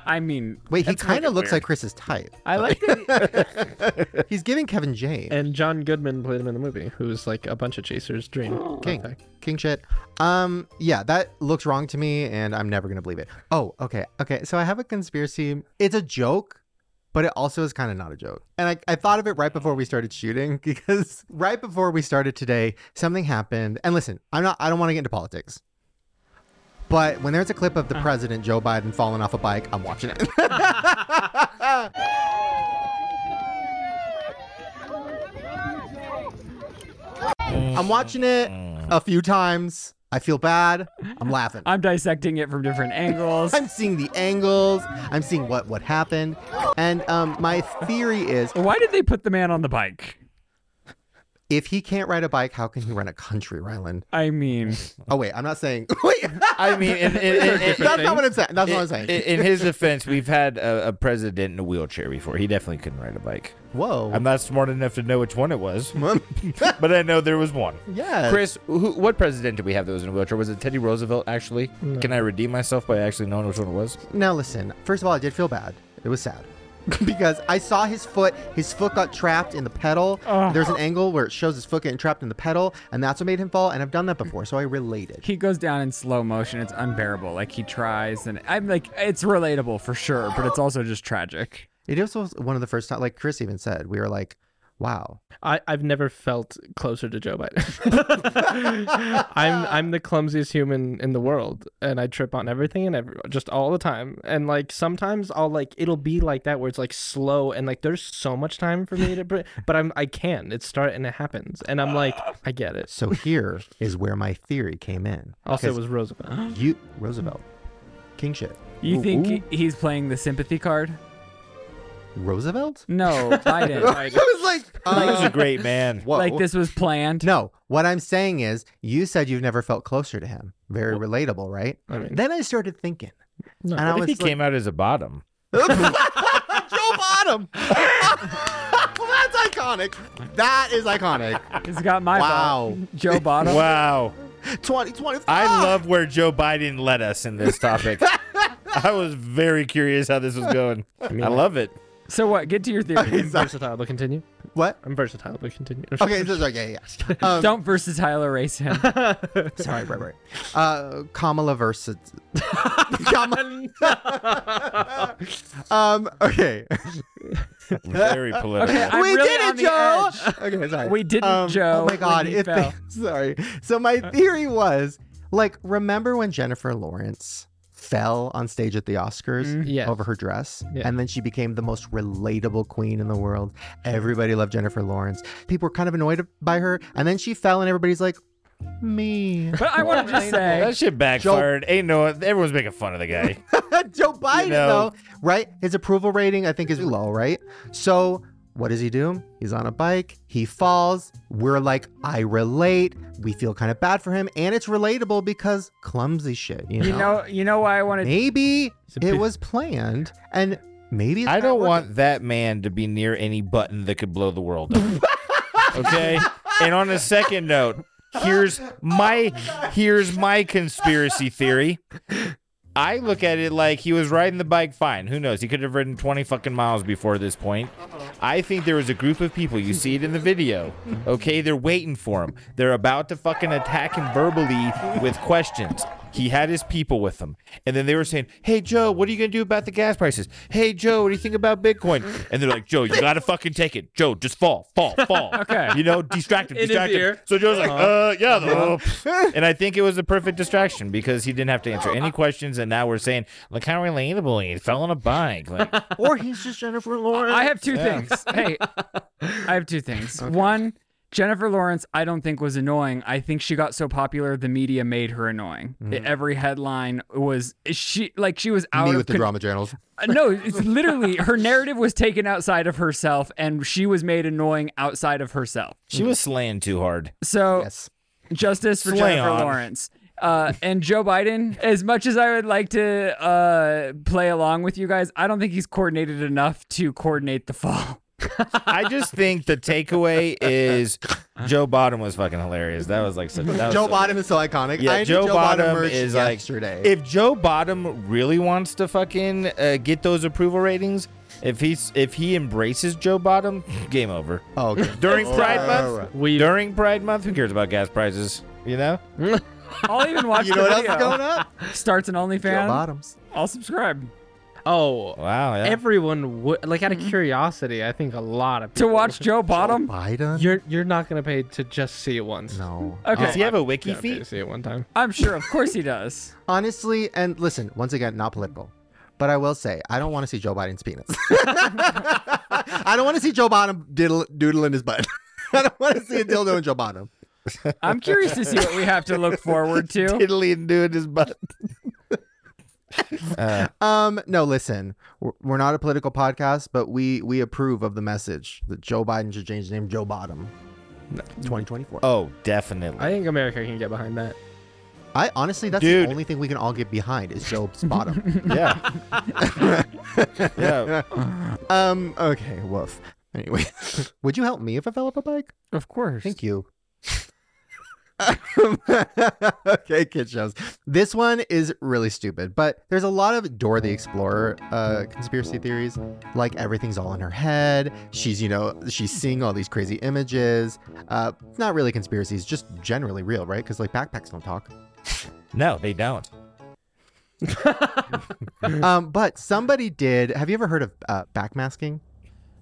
D: I mean,
B: wait, he
D: that's fucking
B: kind of looks
D: weird.
B: like Chris's type.
D: I like
B: that. He's giving Kevin James.
E: And John Goodman played him in the movie, who's like a bunch of chasers' dream.
B: King. King shit. Um, yeah, that looks wrong to me, and I'm never gonna believe it. Oh, okay, okay. So I have a conspiracy. It's a joke, but it also is kind of not a joke. And I, I thought of it right before we started shooting because right before we started today, something happened. And listen, I'm not. I don't want to get into politics. But when there's a clip of the president Joe Biden falling off a bike, I'm watching it. I'm watching it a few times. I feel bad. I'm laughing.
D: I'm dissecting it from different angles.
B: I'm seeing the angles. I'm seeing what what happened. And um, my theory is
D: why did they put the man on the bike?
B: If he can't ride a bike, how can he run a country, Ryland?
D: I mean,
B: oh wait, I'm not saying. Wait,
A: I mean, in, in, in, in-
B: that's not what I'm saying. That's
A: in-
B: what I'm saying.
A: In, in his defense, we've had a, a president in a wheelchair before. He definitely couldn't ride a bike.
B: Whoa!
A: I'm not smart enough to know which one it was, but I know there was one.
B: Yeah.
A: Chris, who, what president did we have that was in a wheelchair? Was it Teddy Roosevelt? Actually,
B: No.
A: can I redeem myself by actually knowing which one it was?
B: Now listen. First of all, I did feel bad. It was sad because I saw his foot. His foot got trapped in the pedal. There's an angle where it shows his foot getting trapped in the pedal, and that's what made him fall. And I've done that before, so I related.
D: he goes down in slow motion. It's unbearable. Like he tries, and I'm like, it's relatable for sure, but it's also just tragic.
B: It is also one of the first time, like Chris even said, we were like, "Wow,
E: I, I've never felt closer to Joe Biden. I'm I'm the clumsiest human in the world, and I trip on everything and every just all the time. And like sometimes I'll like it'll be like that where it's like slow and like there's so much time for me to, br- but I'm I can. It start and it happens, and I'm like I get it.
B: So here is where my theory came in.
E: Also, it
B: Because
E: was Roosevelt.
B: You Roosevelt, king shit.
D: You
B: Ooh,
D: think
B: ooh.
D: he- he's playing the sympathy card?
B: Roosevelt?
D: No, Biden.
B: I was like,
D: Like-
B: uh, Whoa.
D: Like this was planned.
B: No, what I'm saying is, you said you've never felt closer to him. Very relatable, right? then I started thinking,
A: No,
B: and I
A: what
B: was
A: if he came out as a bottom?
B: Joe Bottom. That's iconic. That is iconic.
D: He's got my
B: wow,
D: Joe Bottom.
A: Wow.
B: 2020.
A: I love where Joe Biden led us in this topic. I was very curious how this was going. I, love it.
D: So what? Get to your theory.
E: I'm versatile, but continue.
B: What?
E: I'm versatile, but continue.
B: Okay, so- so- yeah, yeah. Um,
D: Don't versatile erase him.
B: Sorry, right, right. Uh, Kamala versus. Kamala. um. Okay.
A: Very political.
D: Okay, I'm
B: we
D: really
B: did
D: on
B: it,
D: the
B: Joe.
D: edge.
B: Okay, sorry.
D: We didn't,
B: Um,
D: Joe,
B: Oh my
D: when
B: God!
D: he
B: If they,
D: fell.
B: sorry. So my theory was like, remember when Jennifer Lawrence fell on stage at the Oscars
D: Mm-hmm.
E: yes.
B: over her dress,
E: Yeah.
B: and then she became the most relatable queen in the world. Everybody loved Jennifer Lawrence. People were kind of annoyed by her, and then she fell, and everybody's like, me.
D: But I want to just say
A: that shit backfired. Ain't no everyone's making fun of the guy.
B: Joe Biden,
A: You know.
B: though, right? His approval rating, I think, is low, right? So, what does he do? He's on a bike, he falls. We're like, I relate. We feel kind of bad for him, and it's relatable because clumsy shit, you know?
D: You know, you know why I wanted.
B: maybe it was planned, and maybe it's
A: I
B: not
A: don't
B: working.
A: want that man to be near any button that could blow the world up. okay? And on a second note, here's my here's my conspiracy theory. I look at it like he was riding the bike fine. Who knows? He could have ridden 20 fucking miles before this point. I think there was a group of people, you see it in the video. Okay, they're waiting for him. They're about to fucking attack him verbally with questions. He had his people with him. And then they were saying, Hey Joe, what are you gonna do about the gas prices? Hey Joe, what do you think about Bitcoin? And they're like, Joe, you gotta fucking take it. Joe, just fall, fall, fall.
N: Okay.
A: You know, distract him,
N: In his
A: distract him.
N: ear.
A: So Joe's like,
N: Uh-huh.
A: uh, yeah, the-
N: Uh-huh.
A: and I think it was a perfect distraction because he didn't have to answer any questions, and now we're saying, look how relatable he fell on a bike. Like,
B: Or he's just Jennifer Lawrence.
D: I have two
A: Yeah.
D: things. Hey, I have two things. One, Jennifer Lawrence, I don't think was annoying. I think she got so popular, the media made her annoying.
B: Mm-hmm.
D: E, Every headline was she like she was out
B: Me
D: of
B: with the
D: con-
B: drama journals.
D: Uh, No, it's literally her narrative was taken outside of herself, and she was made annoying outside of herself.
A: she was slaying too hard.
D: So, justice for
A: Slay
D: Jennifer
A: on.
D: Lawrence. Uh, and Joe Biden, as much as I would like to uh, play along with you guys, I don't think he's coordinated enough to coordinate the fall.
A: I just think the takeaway is Joe Bottom was fucking hilarious. That was like such. That was
B: Joe
A: so-
B: Bottom is so iconic.
A: Yeah,
B: I need
A: Joe, Bottom,
B: merch
A: is
B: yesterday.
A: like. If Joe Bottom really wants to fucking uh, get those approval ratings, if he's if he embraces Joe Bottom, game over.
B: Oh, okay.
A: during
B: All
A: Pride
B: right.
A: Month, during Pride Month, who cares about gas prices? You know.
D: I'll even watch
B: You
D: the
B: know what else is
D: video.
B: going up?
D: Starts an OnlyFans.
B: Bottoms.
D: I'll subscribe.
E: Oh
A: wow!
D: yeah.
E: Everyone would like out of curiosity. I think a lot of
D: To
E: people
D: watch Joe Bottom?
B: Biden.
E: You're you're not gonna pay to just see it once.
B: No.
D: Okay. Does he have a
A: wiki
E: Pay
A: feed?
E: to see it one time.
D: I'm sure. Of course he does.
B: Honestly, and listen, once again, not political. But I will say, I don't want to see Joe Biden's penis. I don't want to see Joe Bottom diddle, doodling his butt. I don't want to see a dildo in Joe Bottom.
D: I'm curious to see what we have to look forward to.
A: Diddly and doing his butt.
B: um, no, listen, we're, we're not a political podcast, but we we approve of the message that Joe Biden should change his name Joe Bottom. 2024.
A: Oh, definitely.
E: I think America can get behind that.
B: I honestly, that's
E: Dude.
B: the only thing we can all get behind is Joe's Bottom.
A: yeah. yeah.
B: Um. Okay. Woof. Anyway, would you help me if I fell off a bike?
D: Of course.
B: Thank you. okay, kid shows. This one is really stupid, but there's a lot of Dora the Explorer uh, conspiracy theories. Like everything's all in her head. She's, you know, she's seeing all these crazy images. Uh, not really conspiracies, just generally real, right? Because like backpacks don't talk.
A: No, they don't.
B: um, but somebody did. Have you ever heard of uh, backmasking?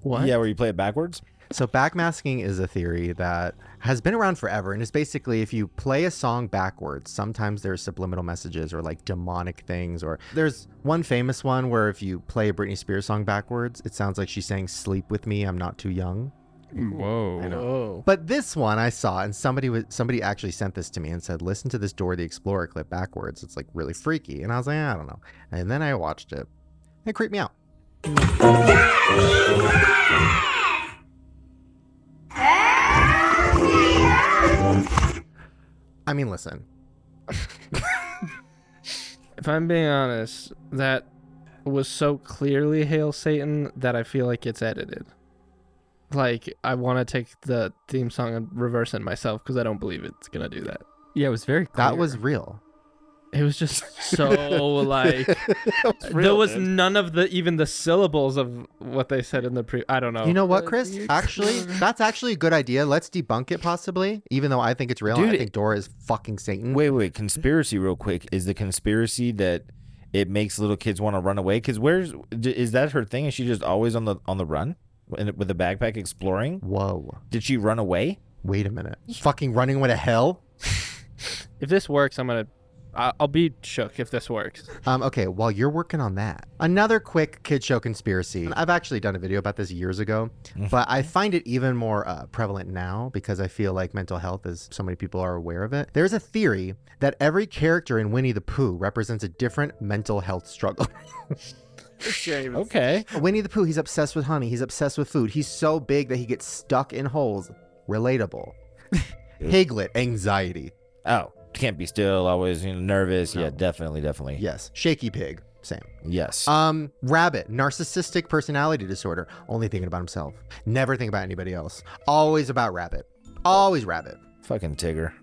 E: What?
A: Yeah, where you play it backwards.
B: So backmasking is a theory that has been around forever, and it's basically if you play a song backwards, sometimes there's subliminal messages or like demonic things. Or there's one famous one where if you play a Britney Spears song backwards, it sounds like she's saying "Sleep with me, I'm not too young."
D: Whoa.
E: Whoa.
B: But this one I saw, and somebody was somebody actually sent this to me and said, "Listen to this Dora the Explorer clip backwards. It's like really freaky." And I was like, "I don't know." And then I watched it. It creeped me out. I mean, listen.
E: If I'm being honest, that was so clearly Hail Satan that I feel like it's edited. Like I want to take the theme song and reverse it myself because I don't believe it's gonna do that.
D: Yeah, it was very.
B: That was real.
E: It was just so like there
B: real,
E: was
B: dude.
E: none of the even the syllables of what they said in the pre. I don't know.
B: You know
A: Oh.
B: what, Chris? Actually, that's actually a good idea. Let's debunk it possibly, even though I think it's real. and I
A: Dude,
B: think Dora is fucking Satan.
A: Wait, wait. Conspiracy, real quick. Is the conspiracy that it makes little kids want to run away? Because where's d- is that her thing? Is she just always on the on the run, In- with a backpack exploring?
B: Whoa!
A: Did she run away?
B: Wait a minute. Fucking running away to hell?
E: If this works, I'm gonna. I- I'll be shook if this works.
B: Um, okay, while you're working on that, another quick kid show conspiracy. I've actually done a video about this years ago, but I find it even more uh, prevalent now because I feel like mental health is so many people are aware of it. There's a theory that every character in Winnie the Pooh represents a different mental health struggle.
A: Okay.
B: Winnie the Pooh, he's obsessed with honey. He's obsessed with food. He's so big that he gets stuck in holes. Relatable. Piglet, anxiety.
A: Oh, can't be still. Always you know, nervous. Yeah, Uh, definitely, definitely.
B: Yes. Shaky pig. Same.
A: Yes.
B: Um, rabbit, narcissistic personality disorder. Only thinking about himself. Never think about anybody else. Always about rabbit. Always rabbit.
A: Fucking Tigger.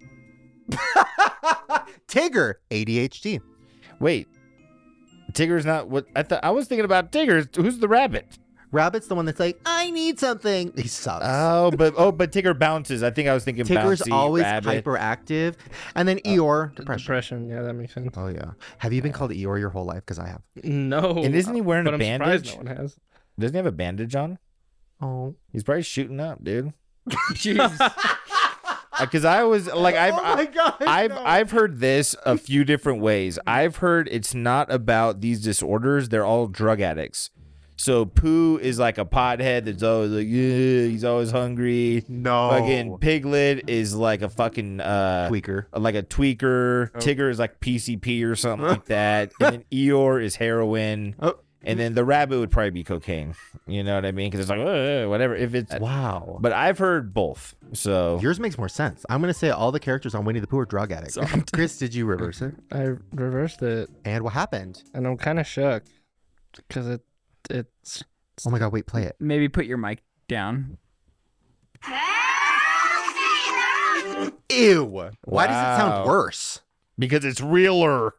B: Tigger, ADHD.
A: Wait, Tigger's not what I thought. I was thinking about Tigger. Who's the rabbit?
B: Rabbit's the one that's like, I need something. He sucks.
A: Oh, but oh, but Tigger bounces. I think I was thinking
B: Tigger's
A: bouncy,
B: always
A: rabbit.
B: hyperactive. And then Eeyore, depression.
E: Depression. Yeah, that makes sense.
B: Oh, yeah. Have you been called Eeyore your whole life? Because I have.
E: No.
A: And isn't he wearing
E: but
A: a
E: I'm surprised
A: bandage?
E: No one has.
A: Doesn't he have a bandage on?
B: Oh,
A: He's probably shooting up, dude.
D: Jeez.
A: Because I was like, I've,
B: Oh my God,
A: I've, I've heard this a few different ways. I've heard it's not about these disorders; they're all drug addicts. So Pooh is like a pothead that's always like, yeah, he's always hungry.
B: No,
A: fucking Piglet is like a fucking uh,
B: Tweaker.
A: like a tweaker. Tigger is like PCP or something like that. And then Eeyore is heroin.
B: Oh.
A: And then the rabbit would probably be cocaine. You know what I mean? Because it's like "Ugh," whatever. If it's
B: Uh, wow,
A: but I've heard both. So
B: Yours makes more sense. I'm gonna say all the characters on Winnie the Pooh are drug addicts. Chris, did you reverse it?
E: I reversed it,
B: And what happened?
E: and I'm kind of shook because it it's
B: Oh my god, wait, play it.
D: Maybe put your mic down.
B: Ew. Why does it sound
A: Wow.
B: worse?
A: Because it's realer.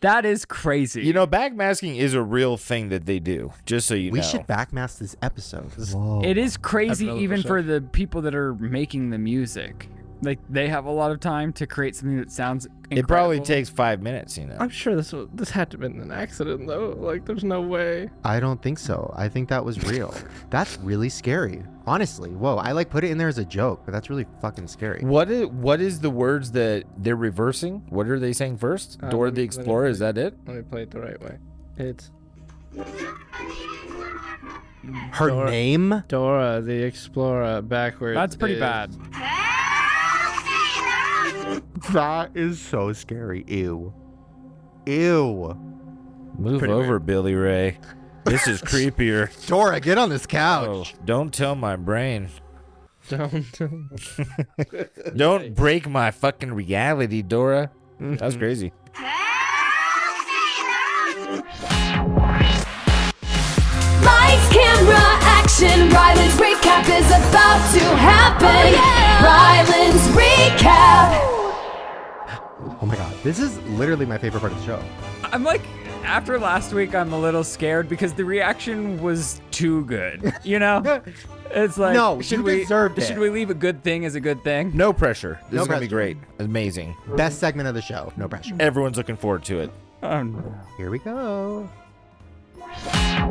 D: that is crazy.
A: You know, backmasking is a real thing that they do, just so you
B: We
A: know.
B: should backmask this episode.
D: It
B: Oh,
D: is crazy even for the people that are making the music. Like they have a lot of time to create something that sounds incredible.
A: It probably takes five minutes, you know.
E: I'm sure this was, this had to have been an accident though. Like, there's no way.
B: I don't think so. I think that was real. that's really scary. Honestly, whoa. I like put it in there as a joke, but that's really fucking scary.
A: What is what is the words that they're reversing? What are they saying first?
E: Uh,
A: Dora
E: let
A: the
E: me- let me
A: Explorer, is that it?
E: Let me play it the right way. It's
B: her name,
E: Dora the Explorer, backwards.
D: That's pretty bad.
B: That is so scary. Ew. Ew.
A: Move
B: Pretty
A: over, Billy Ray. This is creepier.
B: Dora, get on this
A: Oh.
B: couch.
A: don't tell my brain.
E: Don't.
A: Don't break my fucking reality, Dora. That
B: Mm-hmm.
A: was crazy.
G: Lights, camera, action. Ryland's recap is about to happen. Ryland's recap.
B: Oh my god. This is literally my favorite part of the show.
D: I'm like after last week I'm a little scared because the reaction was too good. You know? It's like
B: No,
D: should
B: you
D: we
B: deserved it.
D: should we leave a good thing as a good thing?
A: No pressure. This
B: No
A: is gonna be
B: pressure.
A: great. Amazing.
B: Best segment of the show. No pressure.
A: Everyone's looking forward to it.
D: Um,
B: Here we go.
A: Best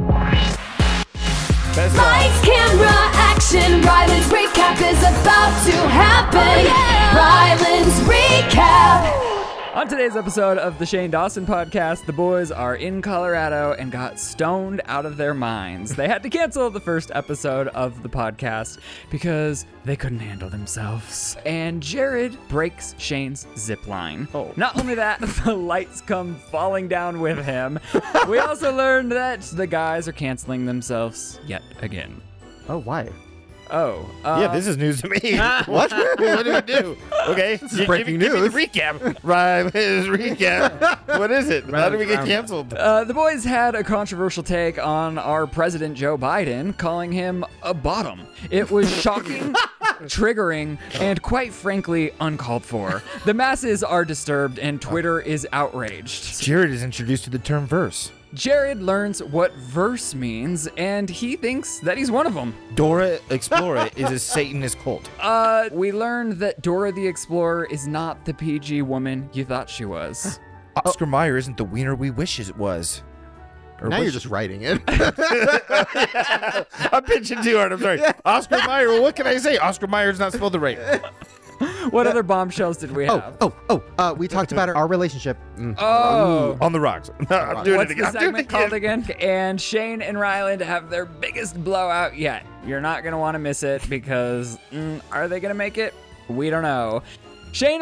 G: Lights, camera, action. Ryland's recap is about to happen. Ryland's recap.
D: On today's episode of the Shane Dawson podcast, the boys are in Colorado and got stoned out of their minds. They had to cancel the first episode of the podcast because they couldn't handle themselves. And Jared breaks Shane's zip line. Oh. Not only that, the lights come falling down with him. we also learned that the guys are canceling themselves yet again.
B: Oh, why?
D: Oh.
A: yeah, this is news to me.
B: Uh, What?
A: what do we do? Okay,
B: This is
A: you-
B: breaking
A: give, me-
B: news.
A: Give me the recap. Ryan, his recap. What is it? How do we get
D: Round-
A: canceled?
D: Uh, the boys had a controversial take on our president Joe Biden, calling him a bottom. It was shocking, triggering, and quite frankly uncalled for. The masses are disturbed, and Twitter is outraged.
A: Jared is introduced to the term verse.
D: Jared learns what verse means, and he thinks that he's one of them.
A: Dora Explorer is a Satanist cult.
D: Uh, we learned that Dora the Explorer is not the PG woman you thought she was.
A: Oscar Meyer isn't the wiener we wish it was. Or
B: now you're
A: wish-
B: just writing it.
A: I'm pitching too hard. I'm sorry. Oscar Meyer. What can I say? Oscar Meyer's not spelled the right.
D: What other bombshells did we have?
B: oh, oh. Uh, we talked about our, our relationship. Mm.
D: Oh.
A: On the rocks. I'm doing
D: What's
A: it again.
D: the
A: I'm doing
D: segment called again? And Shane and Ryland have their biggest blowout yet. You're not gonna want to miss it because mm, are they gonna make it? We don't know. Shane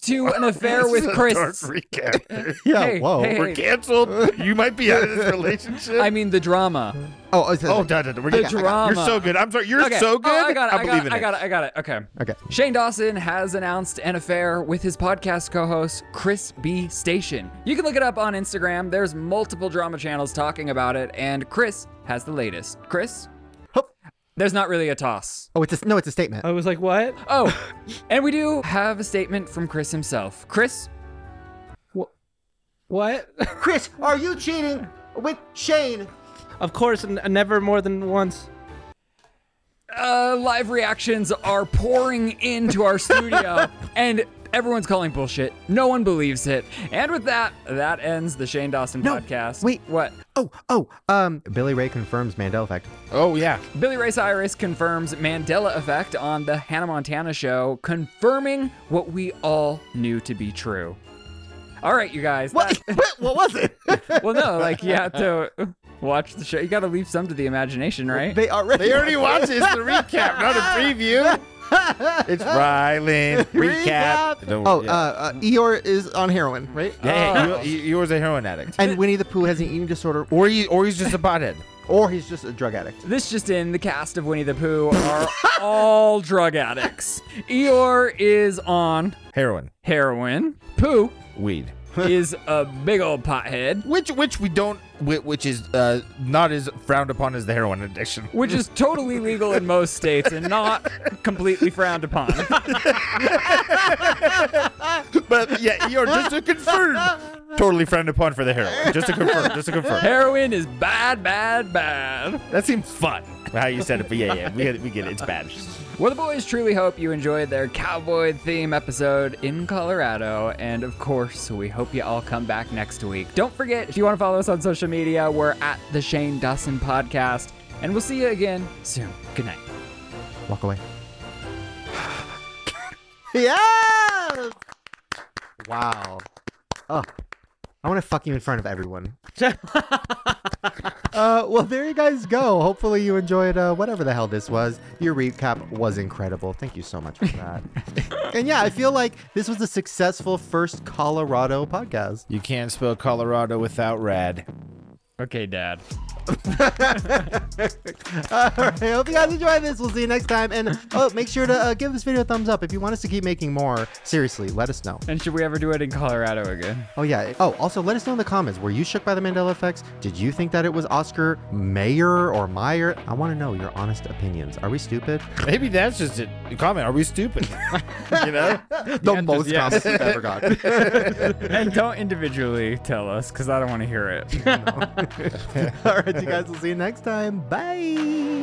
D: to an affair
A: This
D: with
A: is a
D: Chris.
A: dark recap.
B: Yeah,
D: Hey,
B: whoa.
D: hey,
A: We're
D: hey.
A: canceled. You might be out of this relationship.
D: I mean the drama.
B: Oh, oh, so-
A: oh, da, da, da. We're
D: The
A: good.
D: drama.
A: You're so good. I'm sorry. You're
D: Okay.
A: so good.
D: Oh, I got it. I,
A: believe
D: got it.
A: in
D: I
A: it.
D: got it. I got it. Okay.
B: Okay.
D: Shane Dawson has announced an affair with his podcast co host, Chris B. Station. You can look it up on Instagram. There's multiple drama channels talking about it, and Chris has the latest. Chris? There's not really a toss.
B: Oh, it's a, no, it's a statement.
E: I was like, what?
D: Oh, and we do have a statement from Chris himself. Chris,
E: What?
B: Chris, are you cheating with Shane?
E: of course, n- never more than once.
D: uh, live reactions are pouring into our studio, and everyone's calling bullshit. No one believes it. And with that, that ends the Shane Dawson podcast.
B: wait.
D: what?
B: Oh, oh. Um, Billy Ray confirms Mandela effect.
A: Oh yeah.
D: Billy Ray Cyrus confirms Mandela effect on the Hannah Montana show, confirming what we all knew to be true. All right, you guys.
B: What? what? What was it?
D: that- well, no, like you have to watch the show. You got to leave some to the imagination, right?
B: They already.
A: They already watched this. The recap, not a preview. It's Ryland recap. Don't-
B: Oh,
A: yeah.
B: uh, uh, Eeyore is on heroin, right?
A: Yeah,
D: Uh.
A: hey, you, you, yours a heroin addict,
B: And Winnie the Pooh has an eating disorder,
A: or he, or he's just a pothead.
B: or he's just a drug addict.
D: This just in, the cast of Winnie the Pooh are all drug addicts. Eeyore is on
A: Heroin,
D: heroin. Pooh
A: weed.
D: is a big old pothead.
A: Which which we don't whi- which is uh, not as frowned upon as the heroin addiction.
D: Which is totally legal in most states and not completely frowned upon.
A: but yeah, you're just to confirm. totally frowned upon for the heroin. Just to confirm, just to confirm.
D: Heroin is bad, bad, bad.
A: That seems fun. How you said it, but yeah, yeah, we get it, we get it. It's bad.
D: Well, the boys truly hope you enjoyed their cowboy theme episode in Colorado. And of course, we hope you all come back next week. Don't forget, if you want to follow us on social media, we're at the Shane Dawson Podcast. And we'll see you again soon. Good night.
B: Walk away. yes! Wow. Oh, I want to fuck you in front of everyone. uh, well, there you guys go. Hopefully, you enjoyed uh, whatever the hell this was. Your recap was incredible. Thank you so much for that. and yeah, I feel like this was a successful first Colorado podcast.
A: You can't spell Colorado without rad.
D: Okay, Dad.
B: All right, hope you guys enjoyed this. We'll see you next time. And oh, make sure to uh, give this video a thumbs up if you want us to keep making more. Seriously, let us know.
D: And should we ever do it in Colorado again?
B: Oh yeah. Oh, also let us know in the comments. Were you shook by the Mandela effects? Did you think that it was Oscar Mayer or Meyer? I want to know your honest opinions. Are we stupid?
A: Maybe that's just it. Comment: Are we stupid? you know,
B: the most comments we've ever gotten.
D: and don't individually tell us because I don't want to hear it.
B: All right, you guys. We'll see you next time. Bye.